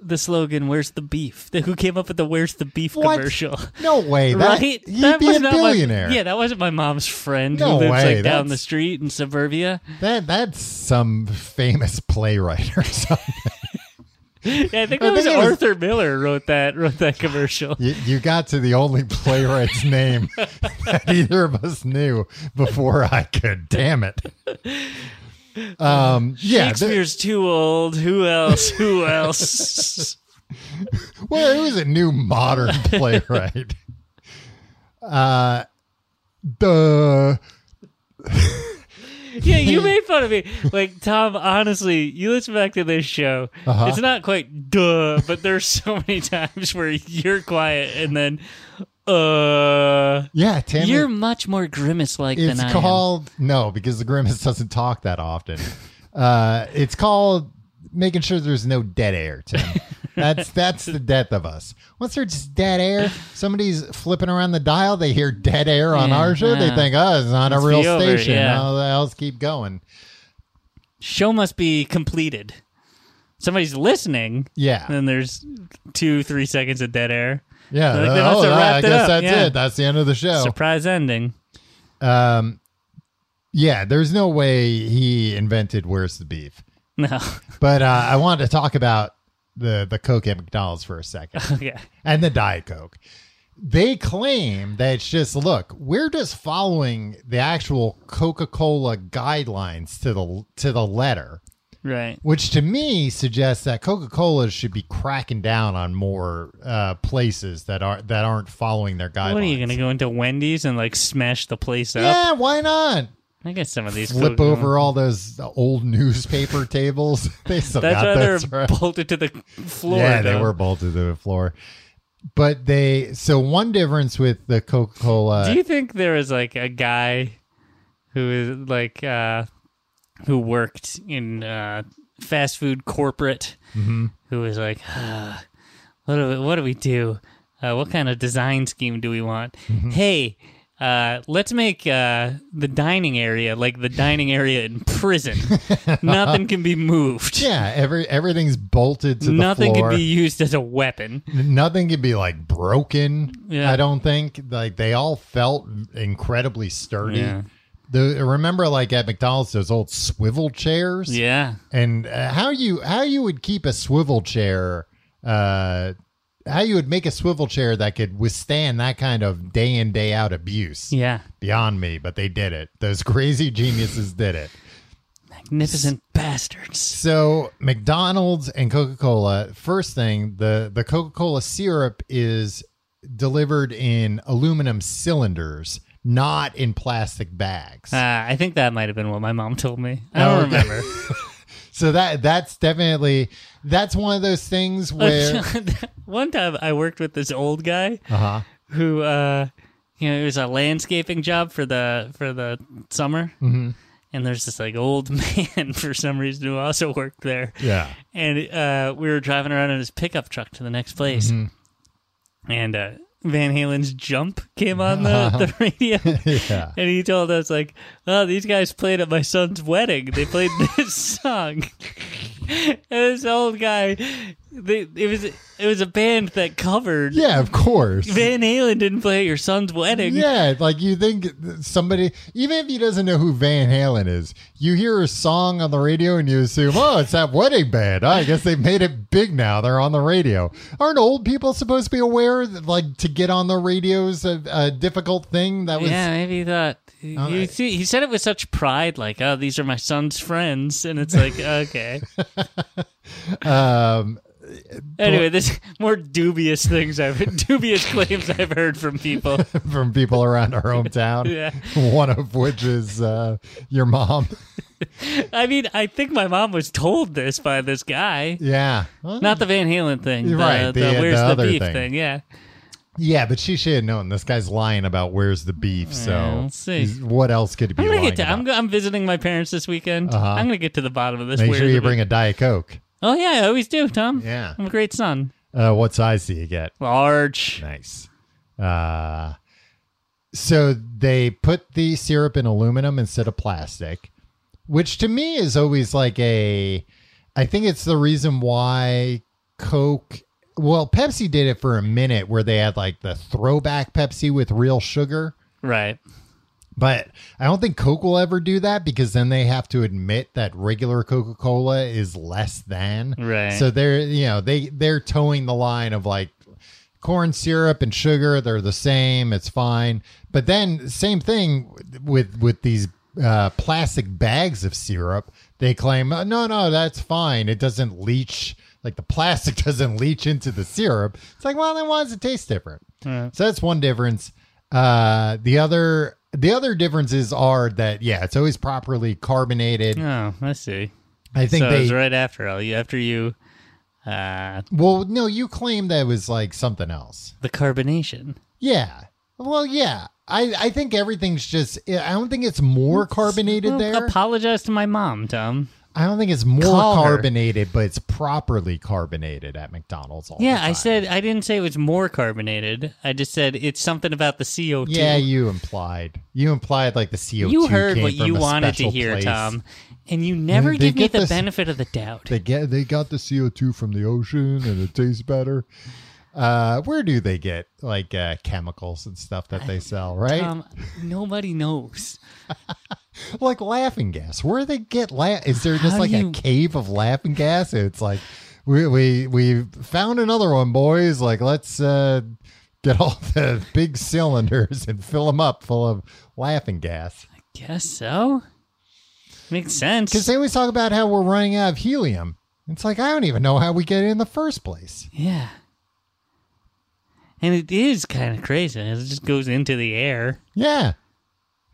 the slogan "Where's the beef?" The- Who came up with the "Where's the beef"
What?
commercial?
No way. That,
right?
You'd
That
be
was
a
not my-
billionaire.
yeah, that wasn't my mom's friend
No
who lives
way,
like down the
that's-
street in suburbia.
That that's some famous playwright or something.
Yeah, I think
I
that was
think it was-
Arthur Miller wrote that wrote that commercial.
you, you got to the only playwright's name that either of us knew before I could. Damn it. Um. Yeah. th-
Shakespeare's too old. Who else? Who else?
Well, it was a new modern playwright. Uh, the
Yeah, you made fun of me. Like Tom, honestly, you listen back to this show.
Uh-huh.
It's not quite duh, but there's so many times where you're quiet and then uh
yeah, Tammy.
you're much more grimace like than
it's
I
called no, because the grimace doesn't talk that often. Uh, it's called making sure there's no dead air. Tim, that's that's the death of us. Once there's just dead air, somebody's flipping around the dial. They hear dead air on
Yeah,
our show. They
yeah.
think, oh, it's on
Must
a
be
real
over,
station.
yeah.
How the hell's keep going?
am. Show must be completed. Somebody's listening.
Yeah.
And then there's two, three seconds of dead air.
Yeah,
Like, they
uh,
must
oh,
have
I
wrapped it
guess
up,
that's
yeah.
it. That's the end of the show.
Surprise ending.
Um, yeah, there's no way he invented where's the beef.
No.
But uh, I wanted to talk about the the Coke at McDonald's for a second
okay.
and the Diet Coke. They claim that it's just look, we're just following the actual Coca-Cola guidelines to the to the letter,
Right.
which to me suggests that Coca-Cola should be cracking down on more uh, places that are that aren't following their guidelines.
What are you gonna go into Wendy's and like smash the place up?
Yeah, why not?
I guess some of these
flip
Coke-
over all those old newspaper tables. They still
That's
got
why they're
those. right?
bolted to the floor.
yeah, they
though.
were bolted to the floor. But they so one difference with the Coca
Do
Cola.
you think there was like a guy who is like uh who worked in uh fast food corporate
Mm-hmm.
who was like uh, what do we, what do we do? Uh, what kind of design scheme do we want?
Mm-hmm.
Hey, uh, let's make uh, the dining area like the dining area in prison. Nothing can be moved.
Yeah, every everything's bolted to the
Nothing
floor.
can be used as a weapon.
Nothing could be like broken.
Yeah.
I don't think like they all felt incredibly sturdy.
Yeah.
The, remember, like at McDonald's, those old swivel chairs.
Yeah.
and uh, how you how you would keep a swivel chair uh how you would make a swivel chair that could withstand that kind of day in day out abuse
Yeah.
beyond me but they did it those crazy geniuses did it
Magnificent bastards.
so mcdonald's and coca-cola first thing the the coca-cola syrup is delivered in aluminum cylinders not in plastic bags
Uh, I think that might have been what my mom told me. Um, I
Oh,
don't remember.
so that that's definitely that's one of those things where
One time I worked with this old guy
uh-huh
who, uh, you know, it was a landscaping job for the for the summer. Mm-hmm. And there's this like old man for some reason who also worked there.
yeah
And uh, we were driving around in his pickup truck to the next place.
Mm-hmm.
And uh, Van Halen's jump came on the, the radio.
yeah
And he told us like, "Oh, these guys played at my son's wedding. They played this song." and this old guy, they, it was it was a band that covered.
Yeah, of course.
Van Halen didn't play at your son's wedding.
Yeah, like you think somebody, even if he doesn't know who Van Halen is, you hear a song on the radio and you assume, oh, it's that wedding band. I guess they made it big now. They're on the radio. Aren't old people supposed to be aware that, like, to get on the radio is a, a difficult thing? That was.
Yeah, maybe he thought he, see, he said it with such pride, like, "Oh, these are my son's friends," and it's like, okay.
Um,
Anyway, this more dubious things I've dubious claims I've heard from people.
from people around our hometown,
Yeah.
one of which is uh, your mom.
I mean, I think my mom was told this by this guy.
Yeah, Well,
Not the Van Halen thing.
You're
the,
right,
The,
the-
where's
the
the,
other
beef
thing.
thing. Yeah.
Yeah, but she should have known. This guy's lying about where's the beef. So
Yeah, let's see.
he's- what else could he be
I'm gonna
lying
get to. I'm,
about? Uh-huh.
go- I'm visiting my parents this weekend. I'm gonna get to the bottom of this.
Make
Where
sure
is
you
it?
bring a Diet Coke.
Oh yeah, I always do, Tom.
Yeah.
I'm a great son.
Uh, what size do you get?
Large.
Nice. Uh, so they put the syrup in aluminum instead of plastic, which to me is always like a. I think it's the reason why Coke. Well, Pepsi did it for a minute where they had like the throwback Pepsi with real sugar.
Right.
But I don't think Coke will ever do that because then they have to admit that regular Coca Cola is less than.
Right.
So they're you know they they're towing the line of like corn syrup and sugar they're the same it's fine. But then same thing with with these uh, plastic bags of syrup they claim "Oh, no no that's fine it doesn't leach like the plastic doesn't leach into the syrup. It's like well then why does it taste different? So that's one difference. Uh, the other the other differences are that yeah, it's always properly carbonated.
Oh, I see.
I think
so it
they
was right after all. You after you, uh,
well no, you claim that it was like something else.
the carbonation.
Yeah. Well, yeah. I I think everything's just I don't think it's more carbonated
Well,
there.
Apologize to my mom, Tom.
I don't think it's more
Call her.
carbonated, but it's properly carbonated at McDonald's all the
Yeah,
time.
I said I didn't say it was more carbonated. I just said it's something about the CO2.
Yeah, you implied. You implied like the CO2
You heard
came
what
from
you
a
wanted to
special
hear,
place.
Tom, and you never
They
give me
get
the
this-
benefit of the doubt.
They get they got the CO two from the ocean and it tastes better. Uh, where do they get like uh, chemicals and stuff that they sell? Right,
Tom, nobody knows.
like laughing gas. Where do they get la- Is there just
How
like
do you-
a cave of laughing gas? It's like we we we found another one, boys. Like let's uh, get all the big cylinders and fill them up full of laughing gas.
Guess so. Makes
Because
sense.
they always talk about how we're running out of helium. It's like I don't even know how we get it in the first place.
yeah. And it is kind of crazy. It just goes into the air.
Yeah.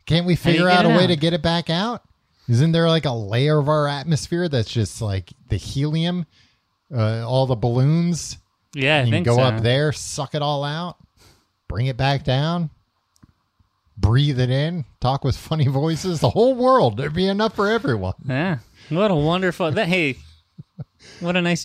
Can't we
do you
figure
get
out a
it
way
out?
to get it back out? Isn't there like a layer of our atmosphere that's just like the helium, uh, all the balloons?
Yeah, I
You can
think
go
so.
up there, suck it all out, bring it back down, breathe it in, talk with funny voices. The whole world, there'd be enough for everyone.
Yeah. What a wonderful that hey. What a nice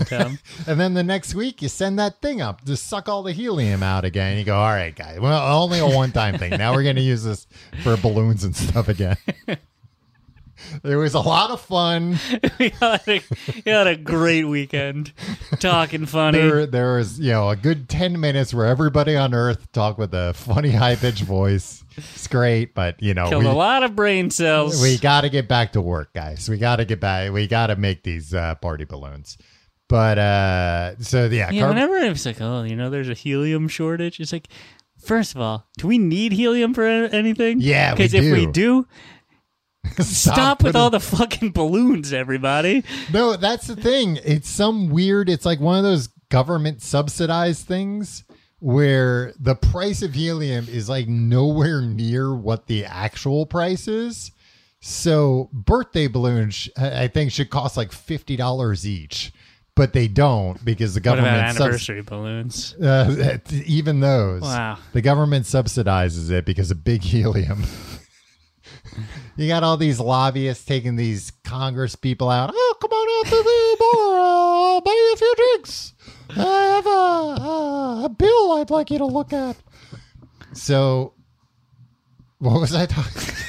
Tom.
And then the next week, you send that thing up to suck all the helium out again. You go, all right, guys. Well, only a one time thing. Now we're going to use this for balloons and stuff again. It was a lot of fun.
we, had a, we had a great weekend. Talking funny.
There, there was, you know, a good 10 minutes where everybody on Earth talked with a funny, high pitched voice. It's great, but, you know,
Killed a lot of brain cells.
we got to get back to work, guys. We got to get back. We got to make these uh, party balloons. But, uh, so yeah,
yeah,
carb-
whenever it's like, oh, you know, there's a helium shortage. It's like, first of all, do we need helium for a- anything?
Yeah, we
because if we
do.
do,
stop,
stop, with
putting-
all the fucking balloons, everybody.
No, that's the thing. It's some weird, it's like one of those government subsidized things where the price of helium is like nowhere near what the actual price is. So birthday balloons, sh- I I think, should cost like fifty dollars each, but they don't because the
What about
government subs-
anniversary balloons?
uh, even those.
Wow.
The government subsidizes it because of big helium. you got all these lobbyists taking these Congress people out. Oh, come on out to the bar. I'll buy you a few drinks. I have a, a, a bill I'd like you to look at. So, what was I talking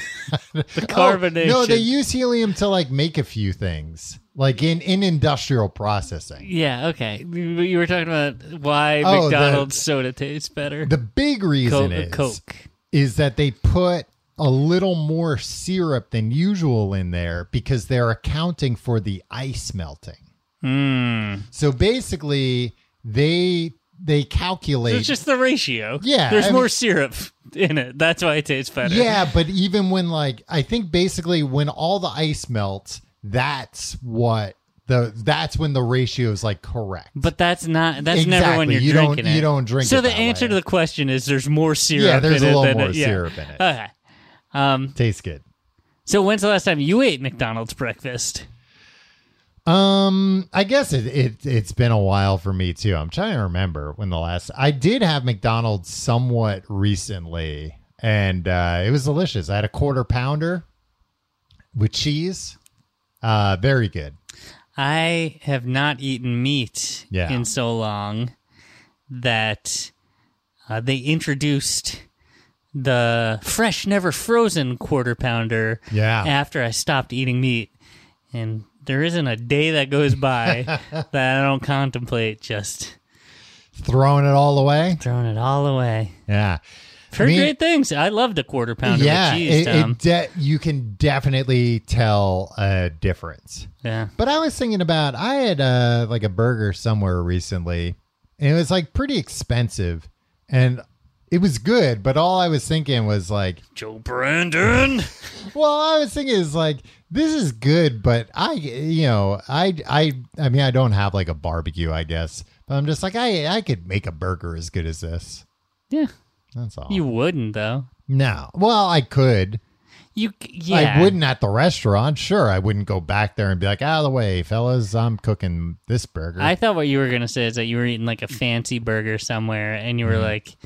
The
Oh,
carbonation.
no, they use helium to like make a few things, like in, in industrial processing.
yeah, okay. You you were talking about why
Oh, the-
McDonald's soda tastes better.
The big reason
Co-
is
Coke.
is that they put a little more syrup than usual in there because they're accounting for the ice melting.
Hmm.
So basically, they they calculate.
It's just the ratio.
Yeah,
There's
I
more
mean-
syrup in it. That's why it tastes better.
yeah, but even when like I think basically when all the ice melts, that's what the that's when the ratio is like correct.
But that's not. That's never when
Exactly.
you're
You don't-
drinking it.
you don't drink
So
it
the
that
answer
way.
to the question is there's more syrup.
Yeah, there's
in
a
it
little
than
more
it- yeah. Uh,
syrup in it.
Okay.
Tastes good.
So when's the last time you ate McDonald's breakfast?
Um, I guess it, it it's been a while for me too. I'm trying to remember when the last I did have McDonald's somewhat recently, and uh, it was delicious. I had a quarter pounder with cheese. Uh, very good.
I have not eaten meat
Yeah.
in so long that uh, they introduced the fresh, never frozen quarter pounder
Yeah.
after I stopped eating meat. And there isn't a day that goes by that I don't contemplate just
Throwing it all away.
throwing it all away.
Yeah.
I've Heard
mean-
great things. I loved a quarter pounder with cheese,
it,
Tom.
it de- you can definitely tell a difference.
yeah.
But I was thinking about I had uh, like a burger somewhere recently, and it was like pretty expensive, and it was good. But all I was thinking was like,
Joe Brandon.
well, I was thinking is like this is good, but I you know I I I mean I don't have like a barbecue, I guess. But I'm just like I I could make a burger as good as this.
yeah.
That's all.
You wouldn't, though.
no, well I could.
You, c- yeah.
I wouldn't at the restaurant. Sure, I wouldn't go back there and be like, out of the way, fellas, I'm cooking this burger.
I thought what you were gonna say is that you were eating like a fancy burger somewhere, and
Mm-hmm.
you were like,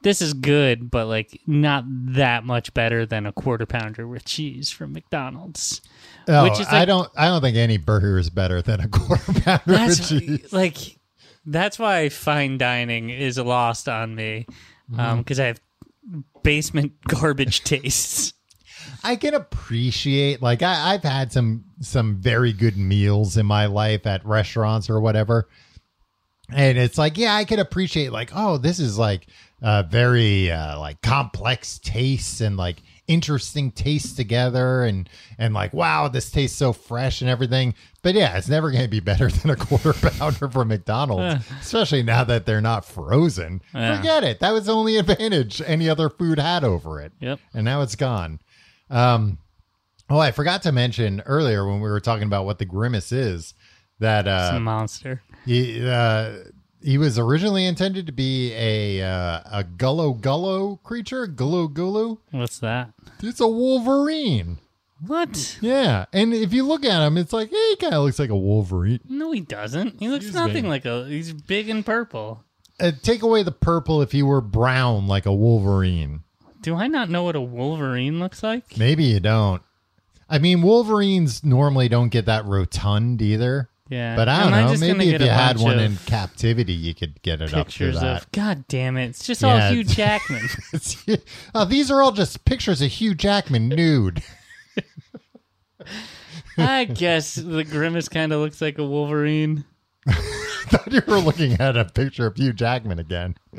"This is good, but like not that much better than a quarter pounder with cheese from McDonald's."
oh,
which is
I
like-
don't. I don't think any burger is better than a quarter pounder with
That's
cheese.
like, that's why fine dining is lost on me,
Mm-hmm.
because I have basement garbage tastes.
I can appreciate like I, I've had some some very good meals in my life at restaurants or whatever. And it's like, yeah, I can appreciate like, oh, this is like uh very uh like complex tastes and like interesting tastes together and and like wow this tastes so fresh and everything but yeah it's never going to be better than a quarter pounder from mcdonald's especially now that they're not frozen forget it that was the only advantage any other food had over it
Yep.
and now it's gone um, oh, I forgot to mention earlier when we were talking about what the grimace is that
It's a
uh,
monster.
he, uh, he was originally intended to be a uh, a gullo gullo creature, gullo gullo.
What's that?
It's a wolverine.
What?
Yeah, and if you look at him, it's like hey, he kind of looks like a wolverine.
No, he doesn't. He looks nothing like a. He's big and purple.
Uh, take away the purple if he were brown like a wolverine.
Do I not know what a Wolverine looks like?
Maybe you don't. I mean, wolverines normally don't get that rotund either.
Yeah,
But I don't
Am I
know.
just gonna
Maybe if
get
you
a
had
bunch
one
of
in captivity, you could get it up to
pictures
that.
of. God damn it! It's just
Yeah.
all Hugh Jackman.
oh, these are all just pictures of Hugh Jackman nude.
I guess the grimace kind of looks like a Wolverine.
Thought you were looking at a picture of Hugh Jackman again.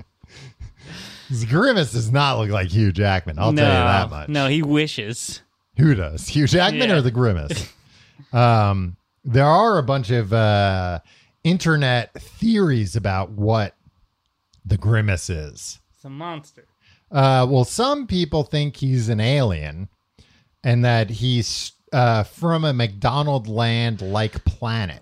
His grimace does not look like Hugh Jackman. I'll
no,
tell you that much.
No, he wishes.
Who does? Hugh Jackman
Yeah.
or the Grimace? um, there are a bunch of uh, internet theories about what the Grimace is.
It's a monster.
Uh, well, some people think he's an alien and that he's uh, from a McDonald land like planet.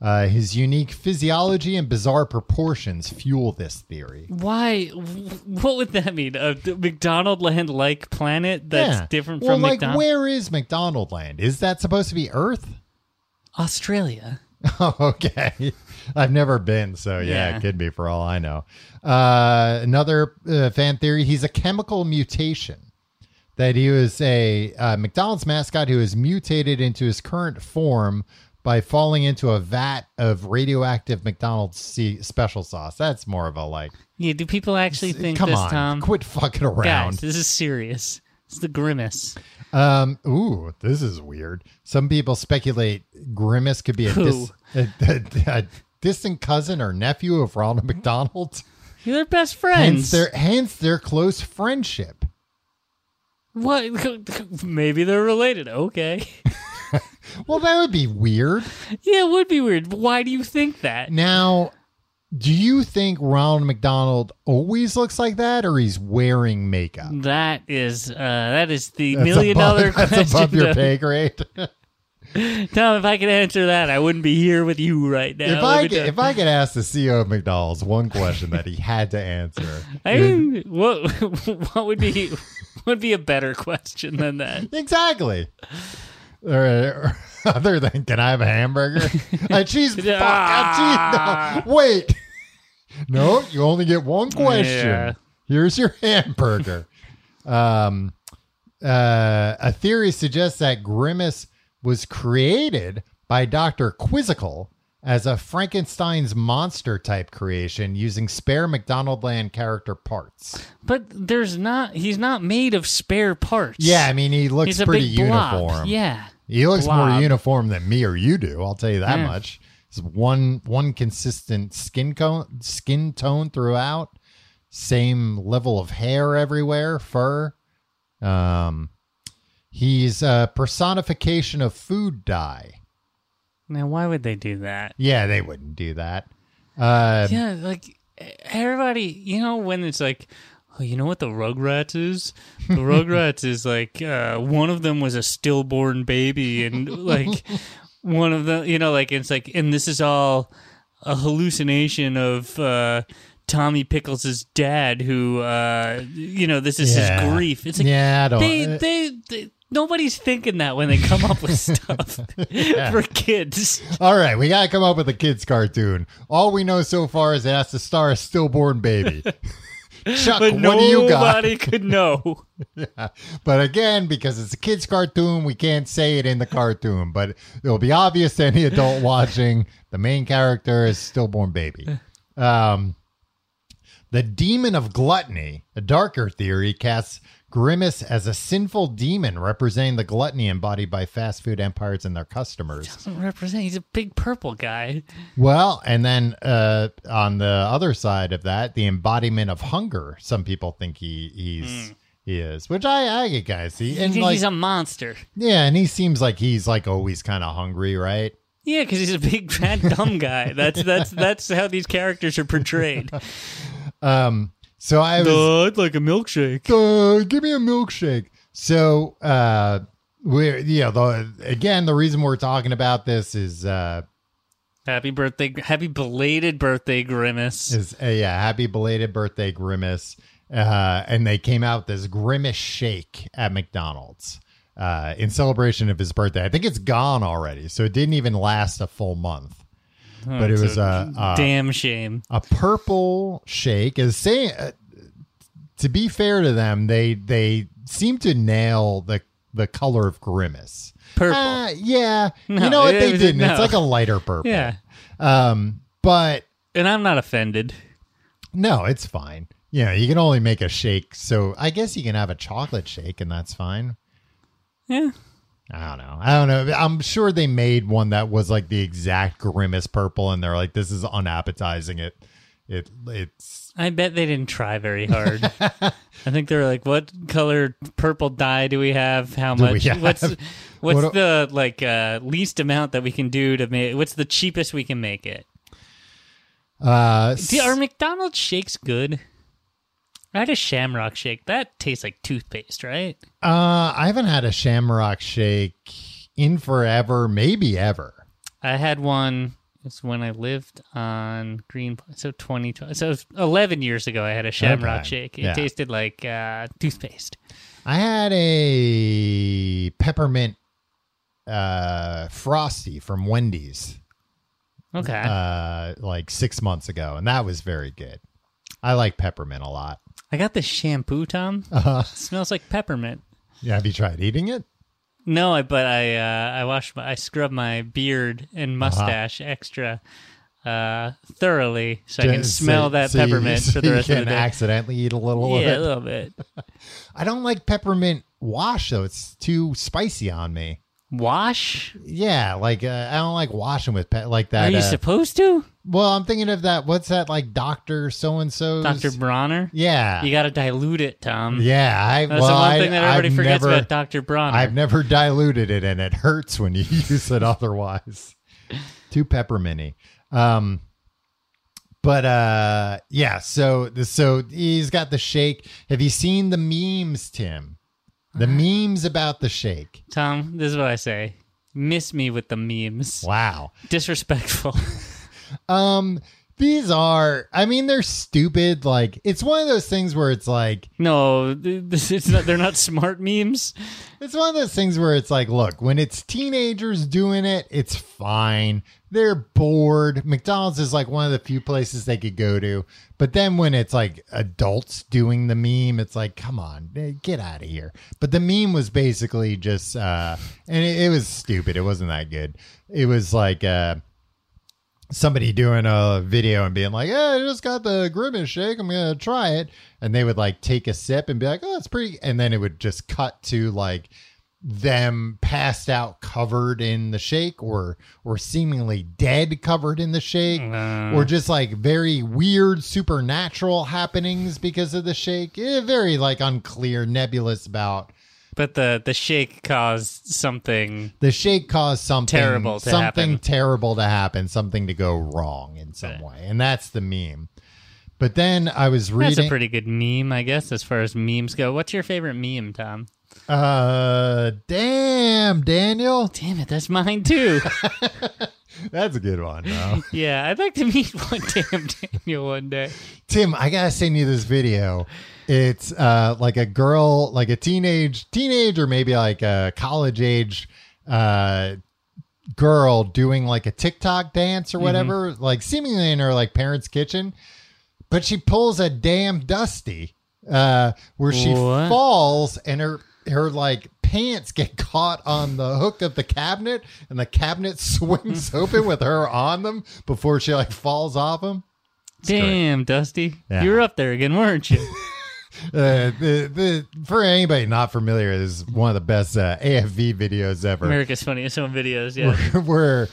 Uh, his unique physiology and bizarre proportions fuel this theory.
Why? wh- What would that mean? A McDonald Land like planet that's
Yeah.
different
well,
from
like,
McDonald
where is McDonald land? Is that supposed to be Earth?
Australia.
Oh, okay. I've never been, so yeah,
Yeah.
it could be for all I know. Uh, another uh, fan theory he's a chemical mutation. That he was a uh, McDonald's mascot who is mutated into his current form by falling into a vat of radioactive McDonald's se- special sauce. That's more of a like,
Yeah. Do people actually think
come
this,
on,
Tom?
quit fucking around.
Guys, this is serious. It's the grimace.
Um, ooh, this is weird. Some people speculate Grimace could be a,
Who?
dis- a, a- a distant cousin or nephew of Ronald McDonald.
You're their best
Hence
friends.
their hence their close friendship.
what? Maybe they're related. Okay.
Well, that would be weird.
Yeah, it would be weird. but Why do you think that?
Now, do you think Ronald McDonald always looks like that, or he's wearing makeup?
That is uh, that is the
That's
million
above-
dollar
That's
question.
above your
Tom.
pay grade.
Tom, if I could answer that, I wouldn't be here with you right now.
if
Let
I
me
could,
tell-
if I could ask the CEO of McDonald's one question that he had to answer,
I mean, what what would be would be a better question than that?
Exactly. or, or other than "Can I have a hamburger?" like she's fuck, uh, geez, no, wait. no, you only get one question.
Yeah.
Here's your hamburger. um, uh, a theory suggests that Grimace was created by Dr. Quizzical as a Frankenstein's monster type creation using spare McDonaldland character parts.
But there's not. He's not made of spare parts.
Yeah, I mean, he looks
he's a
pretty
big blob.
uniform.
Yeah.
He looks more
Blob.
uniform than me or you do. I'll tell you that
Yeah.
much. It's one one consistent skin cone, skin tone throughout. Same level of hair everywhere, fur. Um, he's a personification of food dye.
Now, why would they do that?
Yeah, they wouldn't do that. Uh,
Yeah, like everybody, you know, when it's like, oh, you know what the Rugrats is? The Rugrats is like uh, one of them was a stillborn baby, and like one of them, you know, like it's like, and this is all a hallucination of. Uh, Tommy Pickles' dad, who, uh, you know, this is
Yeah.
his grief. It's like,
Yeah, I don't-
they,
uh,
they, they, nobody's thinking that when they come up with stuff for kids.
All right, we gotta come up with a kids cartoon. All we know so far is it has to star a stillborn baby. Chuck, what
But
do
nobody
you got?
could know.
But again, because it's a kids' cartoon, we can't say it in the cartoon, but it'll be obvious to any adult watching. The main character is stillborn baby. Um, the demon of gluttony, a darker theory, casts Grimace as a sinful demon representing the gluttony embodied by fast food empires and their customers.
doesn't represent. He's a big purple guy.
Well, and then uh, on the other side of that, the embodiment of hunger. Some people think he he's he is, which I I get guys see.
Hmm. You
And
think
like,
he's a monster.
yeah, and he seems like he's like always kind of hungry, right?
Yeah, because he's a big fat dumb guy. That's that's that's how these characters are portrayed.
Um, so I was
I'd like a milkshake.
uh, give me a milkshake. So, uh, we're yeah. The, again, the reason we're talking about this is uh,
Happy birthday! Happy belated birthday, Grimace.
is uh, yeah, happy belated birthday, Grimace. Uh, and they came out with this Grimace shake at McDonald's uh, in celebration of his birthday. I think it's gone already, so it didn't even last a full month. but it
it's
was
a
uh, uh,
Damn shame.
a purple shake is saying uh, to be fair to them they they seem to nail the the color of grimace
Purple.
Uh, yeah
No,
you know what
it
they
was-
didn't it's
no.
like a lighter purple
Yeah,
um but
and I'm not offended.
no it's fine yeah you can only make a shake so i guess you can have a chocolate shake and that's fine
Yeah,
I don't know. I don't know. I'm sure they made one that was like the exact grimace purple, and they're like, "This is unappetizing." It, it, it's
I bet they didn't try very hard. I think they were like, "What color purple dye do we have? How
Do we
much?
have-
What's what's
What
the like uh, least amount that we can do to make? What's the cheapest we can make it?
uh,
See, are McDonald's shakes good? I had a Shamrock shake that tastes like toothpaste, right?
Uh, I haven't had a Shamrock Shake in forever, maybe ever.
I had one. It's when I lived on Green, so twenty, so eleven years ago. I had a Shamrock
Okay.
shake. It
Yeah.
tasted like uh, toothpaste.
I had a peppermint uh frosty from Wendy's
Okay,
uh like 6 months ago and that was very good. I like peppermint a lot.
I got this shampoo, Tom.
uh-huh.
It smells like peppermint.
Yeah, have you tried eating it?
No, I but I uh, I washed my I scrubbed my beard and
Uh-huh.
mustache extra uh, thoroughly so I can
Just
smell
so-
that
so you-
peppermint
so
for the
you
rest of the
can
day.
accidentally eat a little
yeah, a
of it.
little bit.
I don't like peppermint wash though. It's too spicy on me.
Wash?
Yeah, like uh, I don't like washing with pe- like that.
Are you
uh,
supposed to,
Well, I'm thinking of that. What's that like, Doctor So and So?
Doctor Bronner?
Yeah,
You got to dilute it, Tom.
yeah. I,
That's
well,
the one
I,
thing that everybody
I've
forgets
never,
about Doctor Bronner.
I've never diluted it, and it hurts when you use it otherwise. Too pepperminty. Um, but uh, yeah. So so he's got the shake. Have you seen the memes, Tim? The memes about the shake.
Tom, this is what I say. Miss me with the memes.
Wow.
Disrespectful.
Um, These are, I mean, they're stupid. Like, it's one of those things where it's like,
No, th- this, it's not, they're not smart memes.
it's one of those things where it's like, look, when it's teenagers doing it, it's fine. They're bored. McDonald's is like one of the few places they could go to. But then when it's like adults doing the meme, it's like, come on, eh, get out of here. But the meme was basically just, uh, and it, it was stupid. It wasn't that good. It was like, uh, somebody doing a video and being like, "Yeah, I just got the grimace shake. I'm gonna try it," and they would like take a sip and be like, "Oh, that's pretty," and then it would just cut to like them passed out covered in the shake or or seemingly dead covered in the shake or just like very weird supernatural happenings because of the shake Eh, very like unclear nebulous about
But the the shake caused something.
the shake caused something
Terrible to
something
happen.
terrible to happen, something to go wrong in some way, and that's the meme. But then I was reading.
That's a pretty good meme, I guess, as far as memes go. What's your favorite meme, Tom?
uh, damn, Daniel,
Damn it, that's mine too.
that's a good one. though.
yeah, I'd like to meet one damn Daniel one day.
Tim, I gotta send you this video. It's uh like a girl, like a teenage, teenage or maybe like a college age uh girl doing like a TikTok dance or whatever, like seemingly in her like parents' kitchen, but she pulls a damn dusty uh where she
What?
falls and her her like pants get caught on the hook of the cabinet and the cabinet swings open with her on them before she like falls off them.
Damn, Dusty.
Yeah.
You were up there again, weren't you?
Uh, the, the, for anybody not familiar, this is one of the best uh, AFV videos ever.
America's Funniest Home Videos, yeah.
Where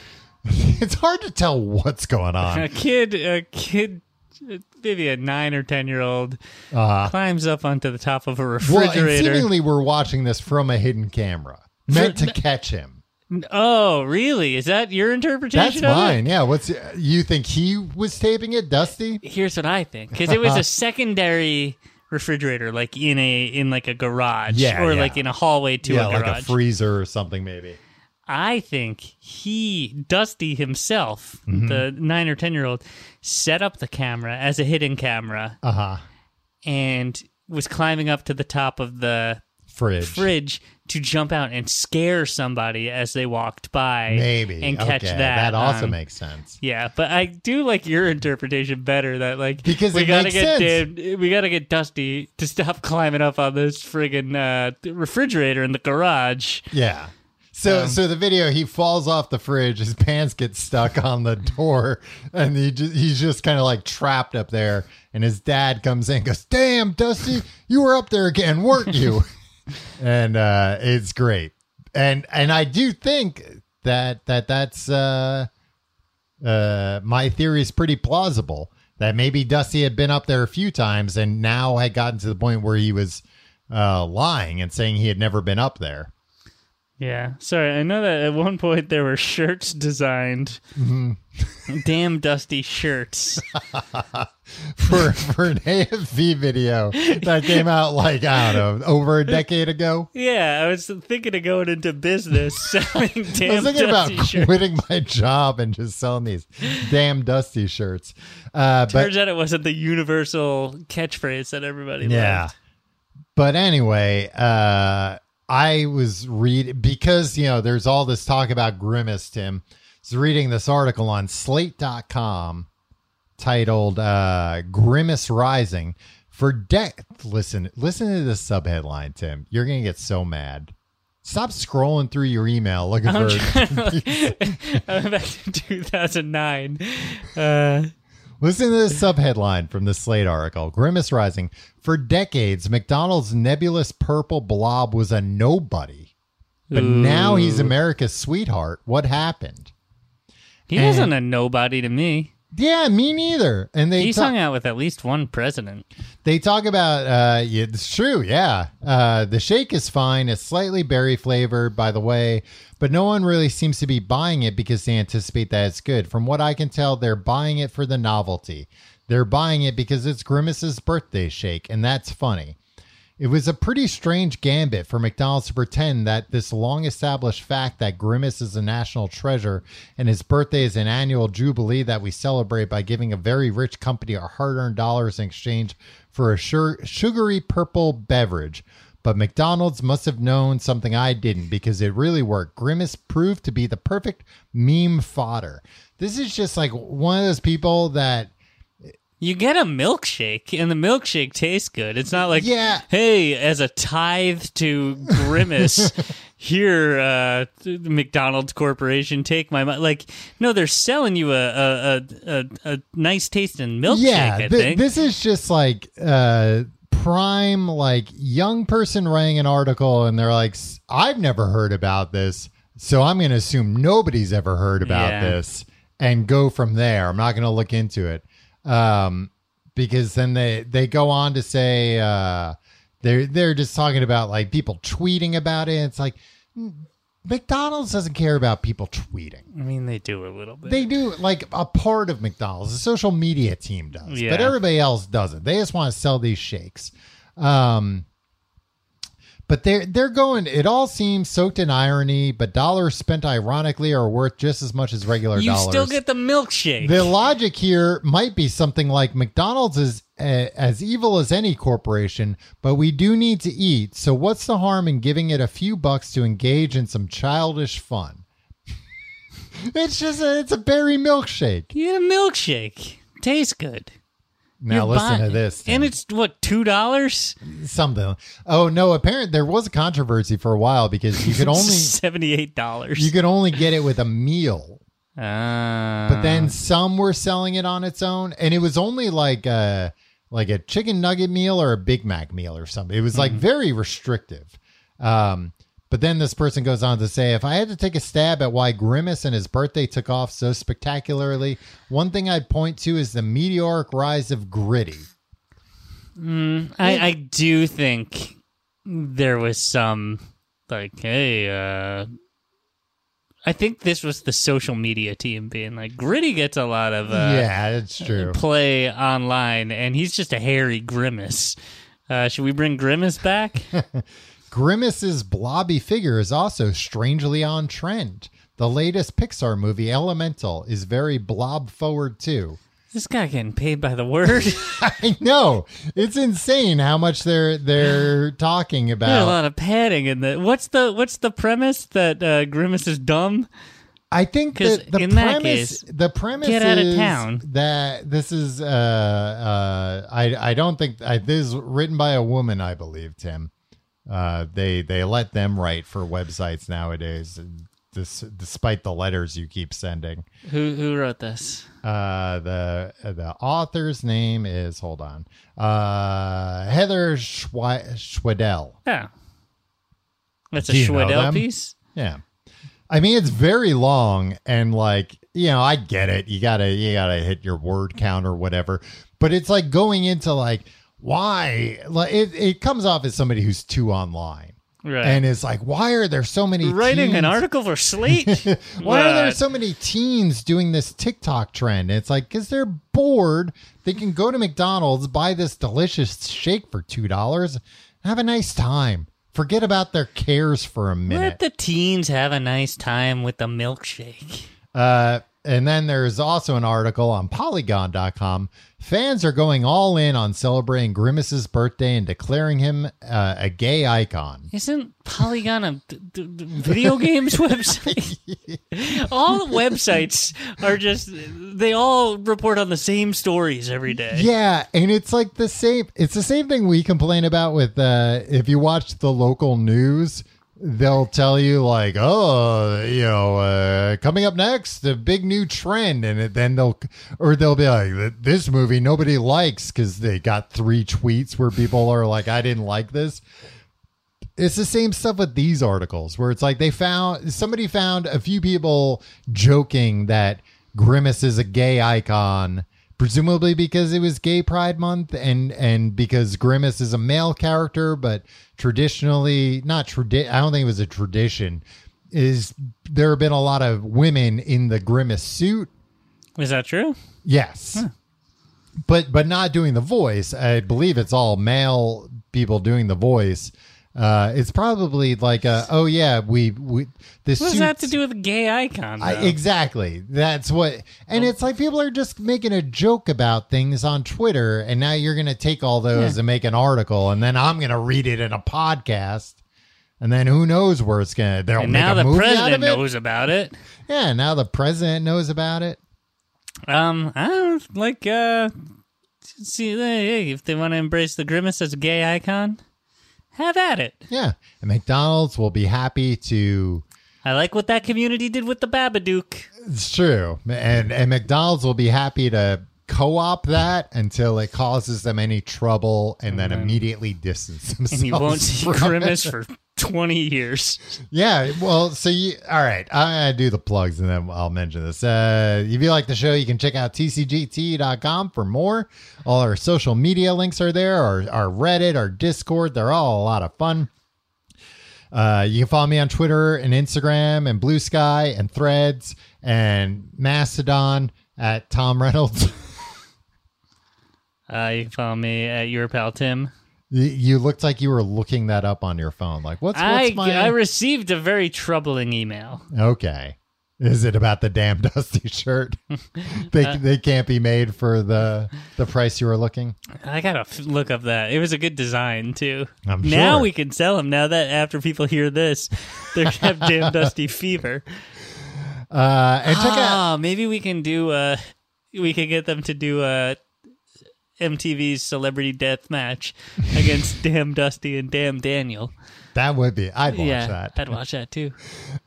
it's hard to tell what's going
a
on.
kid, a kid, maybe a nine or ten year old, climbs up onto the top of a
Uh-huh. Well, and
refrigerator.
seemingly we're watching this from a hidden camera meant to catch him.
oh, really? Is that your interpretation?
That's
of it?
mine. Yeah. What's you think he was taping it, Dusty?
Here's what I think, because it was a secondary refrigerator, like in a in like a garage,
Yeah,
or
yeah.
like in a hallway to
yeah,
a
like
garage.
a freezer or something, maybe.
I think he, Dusty himself,
Mm-hmm.
the nine or ten year old, set up the camera as a hidden camera
Uh huh.
and was climbing up to the top of the
Fridge.
fridge to jump out and scare somebody as they walked by
Maybe.
and catch
Okay,
that
That also
um,
makes sense.
yeah but i do like your interpretation better that like
Because
we
it
gotta
makes
get
sense.
Dan- we gotta get dusty to stop climbing up on this friggin uh, refrigerator in the garage
Yeah. So so the video he falls off the fridge, his pants get stuck on the door, and he just, he's just kind of like trapped up there. And his dad comes in, and goes, "Damn, Dusty, you were up there again, weren't you?" and uh, it's great. And and I do think that that that's uh, uh, my theory is pretty plausible. That maybe Dusty had been up there a few times, and now had gotten to the point where he was uh, lying and saying he had never been up there.
yeah sorry i know that at one point there were shirts designed
Mm-hmm.
damn dusty shirts
for for an AFV video that came out like I don't know over a decade ago.
yeah i was thinking of going into business selling
I was
damn
thinking about
dusty shirts
quitting my job and just selling these damn dusty shirts. Uh, but
Turns out it wasn't the universal catchphrase that everybody
yeah,
loved.
but anyway, uh, I was read because you know there's all this talk about grimace. Tim I was reading this article on Slate.com titled uh, "Grimace Rising." For de- listen, listen to this subheadline, Tim. You're gonna get so mad. Stop scrolling through your email looking
I'm
for
trying to, like, I'm back to 2009. Uh,
Listen to this subheadline from the Slate article Grimace Rising. For decades, McDonald's nebulous purple blob was a nobody. But now he's America's sweetheart. What happened?
he wasn't a nobody to me.
Yeah, me neither. And they
He's
ta-
hung out with at least one president.
they talk about uh yeah, it's true yeah uh the shake is fine it's slightly berry flavored by the way but no one really seems to be buying it because they anticipate that it's good from what i can tell they're buying it for the novelty they're buying it because it's grimace's birthday shake and that's funny It was a pretty strange gambit for McDonald's to pretend that this long established fact that Grimace is a national treasure and his birthday is an annual jubilee that we celebrate by giving a very rich company our hard earned dollars in exchange for a sure, sugary purple beverage. But McDonald's must have known something I didn't because it really worked. Grimace proved to be the perfect meme fodder. This is just like one of those people that
You get a milkshake, and the milkshake tastes good. It's not like,
Yeah.
hey, as a tithe to Grimace, here, uh, the McDonald's Corporation, take my money. Like, no, they're selling you a a, a, a, a nice tasting milkshake, I
thi-
think.
this is just like uh, prime, like young person writing an article, and they're like, "S- "I've never heard about this, so I'm going to assume nobody's ever heard about
Yeah.
this," and go from there. I'm not going to look into it, um, because then they they go on to say uh, they're they're just talking about like people tweeting about it. It's like. mm, McDonald's doesn't care about people tweeting.
I mean, they do a little bit.
They do like a part of McDonald's. The social media team does,
Yeah.
but everybody else doesn't. They just want to sell these shakes. Um, but they're they're going. It all seems soaked in irony, but dollars spent ironically are worth just as much as regular
you
dollars.
still get the milkshake.
The logic here might be something like McDonald's is uh, as evil as any corporation, but we do need to eat. So what's the harm in giving it a few bucks to engage in some childish fun? it's just a, it's a berry milkshake.
you get a milkshake. Tastes good.
Now
You're
listen to
buy-
this.
And
then.
it's what, two dollars?
something. Oh no, apparently there was a controversy for a while because you could only
seventy eight dollars.
you could only get it with a meal. but then some were selling it on its own and it was only like a like a chicken nugget meal or a big mac meal or something it was like very restrictive um but then this person goes on to say if i had to take a stab at why grimace and his birthday took off so spectacularly one thing i'd point to is the meteoric rise of gritty
I, I do think there was some like, hey, uh I think this was the social media team being like gritty gets a lot of uh,
yeah it's true
play online and he's just a hairy grimace. Uh, should we bring Grimace back?
Grimace's blobby figure is also strangely on trend. The latest Pixar movie, Elemental, is very blob forward too.
this guy getting paid by the word.
I know it's insane how much they're they're talking
There's a
about.
lot of padding in the. What's the What's the premise that uh, Grimace is dumb?
I think
'Cause
that the
in that
premise
case,
the premise
get out of
is
town.
that this is uh uh I I don't think I, this is written by a woman I believe Tim. Uh, they they let them write for websites nowadays, this, despite the letters you keep sending.
Who Who wrote this?
Uh, the the author's name is hold on uh Heather Schwe- Schwedell.
Yeah, that's a
Do you know
Schwedel
them?
piece.
Yeah. I mean, it's very long and like, you know, I get it. You gotta, you gotta hit your word count or whatever, but it's like going into like, why? Like it, it comes off as somebody who's too online
Right.
and it's like, why are there so many
writing an
teens-
article for Slate.
Why are there
Right.
so many teens doing this TikTok trend? And it's like, because they're bored. They can go to McDonald's, buy this delicious shake for $2, have a nice time. Forget about their cares for a minute.
Let the teens have a nice time with the milkshake.
Uh, and then there's also an article on polygon.com. Fans are going all in on celebrating Grimace's birthday and declaring him uh, a gay icon.
Isn't Polygon a d- d- d- video games website? all websites are just they all report on the same stories every day.
Yeah, and it's like the same it's the same thing we complain about with uh if you watch the local news, they'll tell you like, "Oh, you know, uh coming up next, the big new trend." And it, then they'll or they'll be like, "This movie nobody likes cuz they got three tweets where people are like, "I didn't like this." it's the same stuff with these articles where it's like they found somebody found a few people joking that grimace is a gay icon presumably because it was gay pride month and and because grimace is a male character but traditionally not tradi- i don't think it was a tradition is there have been a lot of women in the grimace suit
Is that true?
Yes. But but not doing the voice. I believe it's all male people doing the voice. Uh, it's probably like a oh yeah we we this
What does that have to
suits-
do with a gay icon? Though?
I, exactly. That's what. And it's like people are just making a joke about things on Twitter, and now you're going to take all those and make an article, and then I'm going to read it in a podcast, and then who knows where it's going to. They'll
and
make
now
a
the
movie out of
president
it.
knows about it.
Yeah, now the president knows about it.
Um, I don't like. Uh, see, hey, if they want to embrace the grimace as a gay icon, have at it.
Yeah, and McDonald's will be happy to.
I like what that community did with the Babadook.
It's true, and and McDonald's will be happy to co-op that until it causes them any trouble, and then immediately distance themselves.
and you won't see
from it.
Grimace for 20 years.
Yeah, well, so you all right? I, I do the plugs and then I'll mention this. Uh, if you like the show, you can check out tcgt.com for more. All our social media links are there, our, our Reddit, our Discord, they're all a lot of fun. Uh, you can follow me on Twitter and Instagram and Blue Sky and Threads and Mastodon at Tom Reynolds.
Uh, you can follow me at your pal Tim.
you, you looked like you were looking that up on your phone. Like, what's, what's
I,
my
I received a very troubling email.
Okay. Is it about the damn dusty shirt? they
Uh,
they can't be made for the the price you were looking.
I gotta f- look up that. It was a good design too.
I'm
now
sure.
we can sell them. Now that after people hear this, they're gonna have damn dusty fever.
Uh, and check out
Ah, maybe we can do. Uh, we can get them to do uh, MTV's Celebrity Death Match against Damn Dusty and Damn Daniel.
that would be I'd watch
yeah,
that.
I'd watch that too.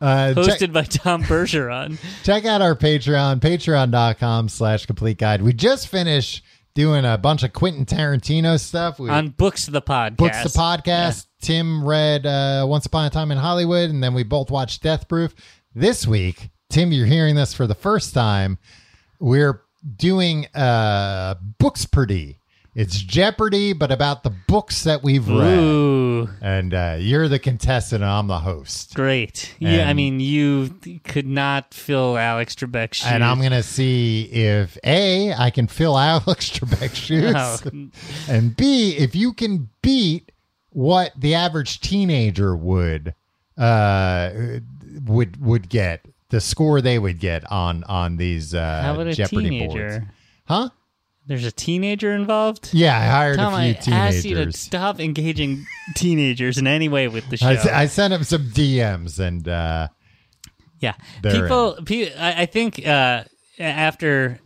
Uh, check-
Hosted by Tom Bergeron.
check out our patreon patreon.com slash complete guide we just finished doing a bunch of quentin tarantino stuff we
on Books the Podcast.
books the podcast tim read uh, once upon a time in hollywood and then we both watched death proof this week tim you're hearing this for the first time we're doing uh books pretty it's jeopardy but about the books that we've read
Ooh,
and uh, you're the contestant and i'm the host
great. yeah, I
And-
mean, you could not fill Alex Trebek's shoes.
and I'm gonna see if a I can fill Alex Trebek's shoes,
Oh.
and b if you can beat what the average teenager would uh would would get the score they would get on on these uh
How about a
Jeopardy
teenager?
boards, huh?
There's a teenager involved.
Yeah, I hired
Tom,
a few
I asked you to
teenagers.
stop engaging teenagers in any way with the show.
I, s- I sent him some DMs and uh
yeah,
They're
people. Pe- I, I think uh, after.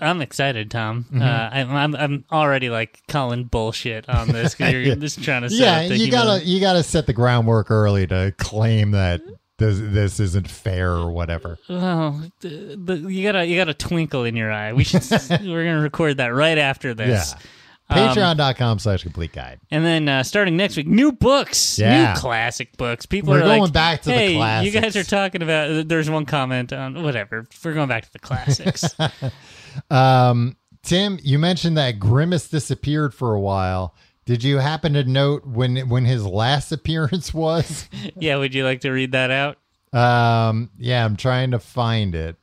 I'm excited, Tom.
Mm-hmm.
Uh, I'm, I'm I'm already like calling bullshit on this because you're just trying to set
yeah,
up the
you
humili-
gotta you gotta set the groundwork early to claim that this, this isn't fair or whatever.
Well, "Oh, the, the, you gotta you got a twinkle in your eye. We should s- we're gonna record that right after this,
Yeah. Patreon.com slash complete guide.
and then uh, starting next week, new books,
Yeah.
new classic books. People
We're
are like,
going back to the
hey, You
classics."
guys are talking about. There's one comment on whatever. We're going back to the classics.
Um, Tim, you mentioned that Grimace disappeared for a while. Did you happen to note when when his last appearance was?
yeah, would you like to read that out?
Um, yeah, I'm trying to find it.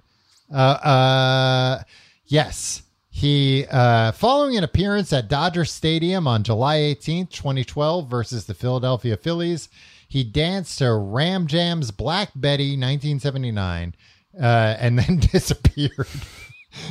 Uh, uh, yes. He, uh, following an appearance at Dodger Stadium on July 18th, 2012, versus the Philadelphia Phillies, he danced to Ram Jam's Black Betty 1979 uh, and then disappeared.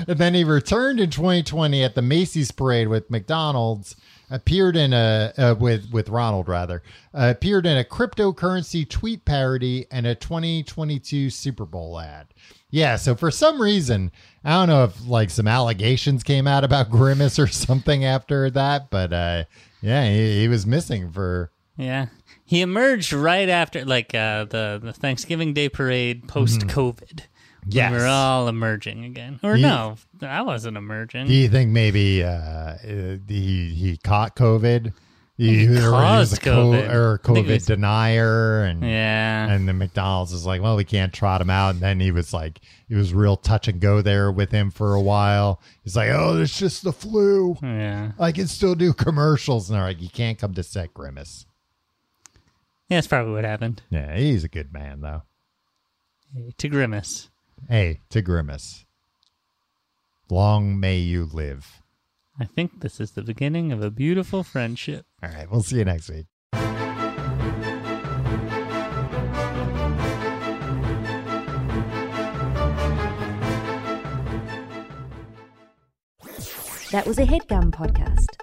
and then he returned in 2020 at the Macy's parade with McDonald's. Appeared in a uh, with with Ronald rather uh, appeared in a cryptocurrency tweet parody and a 2022 Super Bowl ad. Yeah, so for some reason, I don't know if like some allegations came out about Grimace or something after that, but uh, yeah, he, he was missing for
Yeah. He emerged right after like uh, the the Thanksgiving Day parade post COVID.
Mm-hmm. Yes.
we were all emerging again. Or
He-
no, I wasn't emerging.
Do you think maybe uh, uh, he he caught COVID? He, or
caused
co-
COVID.
or
I think
COVID
he was-
denier, and
yeah.
and the McDonald's is like, well, we can't trot him out. And then he was like, it was real touch and go there with him for a while. He's like, oh, it's just the flu.
Hmm. yeah.
I can still do commercials, and they're like, you can't come to set grimace.
Yeah, that's probably what happened.
Yeah, he's a good man though.
To Grimace.
Hey, to grimace. Long may you live.
I think this is the beginning of a beautiful friendship.
All right. We'll see you next week.
That was a headgum podcast.